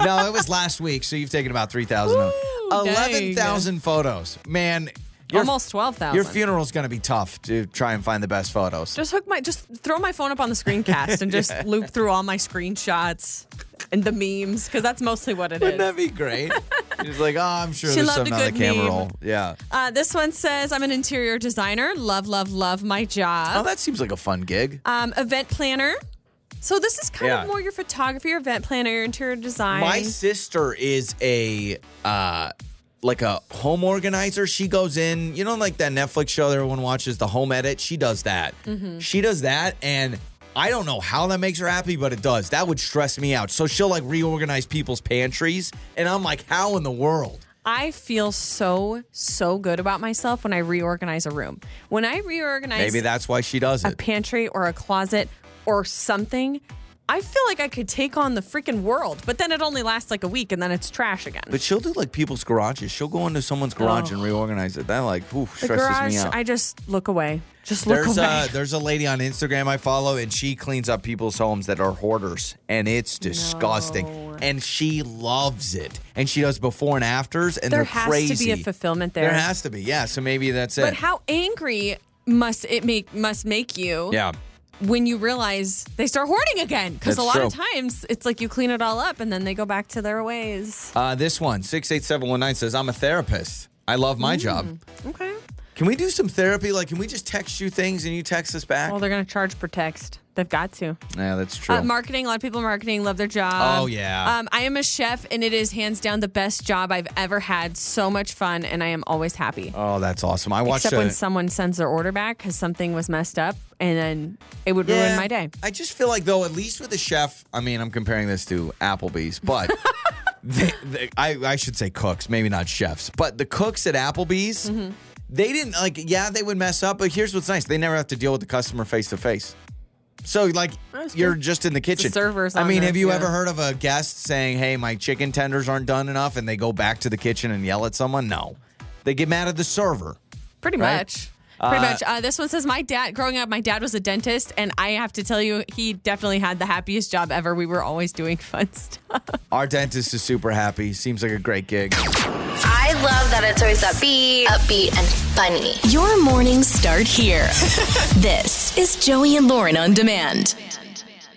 S2: no, it was last week, so you've taken about 3,000. of
S3: Ooh,
S2: them. 11,000 photos. Man, your-
S3: Almost 12,000.
S2: Your funeral's going to be tough to try and find the best photos.
S3: Just hook my, just throw my phone up on the screencast and just loop through all my screenshots and the memes because that's mostly what it
S2: Wouldn't that
S3: is.
S2: be great? She's like, oh, I'm sure
S3: She
S2: there's
S3: loved
S2: something
S3: a
S2: on the
S3: good
S2: camera
S3: meme.
S2: roll. Yeah.
S3: Uh, this one says, "I'm an interior designer. Love, love, love my
S2: Oh,
S3: job.
S2: that seems like a fun gig.
S3: Um, event planner. So this is kind
S2: Oh. Yeah.
S3: of more your photography, your event planner, your interior design.
S2: My sister is a uh like a home organizer. She goes in, you know, like that Netflix show that everyone watches, the home edit. She does that.
S3: Mm-hmm.
S2: She does that and I don't know how that makes her happy, but it does. That would stress me out. So she'll like reorganize people's pantries. And I'm like, how in the world?
S3: I feel so so good about myself when I reorganize a room. When I reorganize
S2: Maybe that's why she does
S3: a
S2: it.
S3: pantry or a closet or something, I feel like I could take on the freaking world. But then it only lasts like a week and then it's trash again.
S2: But she'll do like people's garages. She'll go into someone's garage and reorganize it. That like, ooh,
S3: Oh. the
S2: stresses
S3: garage,
S2: me out.
S3: I just look away. Just look
S2: There's
S3: away.
S2: a there's a lady on Instagram I follow, and she cleans up people's homes that are hoarders, and it's disgusting.
S3: No.
S2: And she loves it, and she does before and afters, and
S3: There
S2: they're
S3: has
S2: crazy.
S3: to be a fulfillment there.
S2: There has to be, yeah. So maybe that's
S3: but
S2: it.
S3: how angry must it make must make you
S2: yeah,
S3: when you realize they start hoarding again? Because a
S2: That's
S3: lot of
S2: true.
S3: times it's like you clean it all up and then they go back to their ways.
S2: uh, this one six eight seven one nine says, "I'm a therapist. I love my
S3: Mm.
S2: job.
S3: Okay.
S2: Can we do some therapy? Like, can we just text you things and you text us back?
S3: Well, they're gonna charge per text. They've got to.
S2: yeah, that's true.
S3: Uh, marketing. A lot of people in marketing love their job.
S2: Oh, yeah.
S3: Um, I am a chef, and it is hands down the best job I've ever had. So much fun, and I am always happy.
S2: oh, that's awesome. I watched
S3: Except
S2: a,
S3: when someone sends their order back because something was messed up, and then it would ruin my day.
S2: I just feel like though, at least with the chef, I mean, I'm comparing this to Applebee's, but they, they, I, I should say cooks, maybe not chefs, but the cooks at Applebee's,
S3: Mm-hmm.
S2: they didn't like. Yeah, they would mess up, but here's what's nice: they never have to deal with the customer face to face. So like
S3: That's
S2: you're
S3: good.
S2: just in the kitchen.
S3: servers
S2: I
S3: on
S2: mean,
S3: there,
S2: have you
S3: yeah.
S2: ever heard of a guest saying, "Hey, my chicken tenders aren't done enough," and they go back to the kitchen and yell at someone? No, they get mad at the server.
S3: Pretty
S2: Right?
S3: much. Pretty
S2: Uh,
S3: much. Uh, this one says, My dad, growing up, my dad was a dentist, and I have to tell you, he definitely had the happiest job ever. We were always doing fun stuff.
S2: Our dentist is super happy. Seems like a great gig.
S8: I love that it's always upbeat, upbeat and funny.
S1: Your mornings start here. this is Joey and Lauren on demand.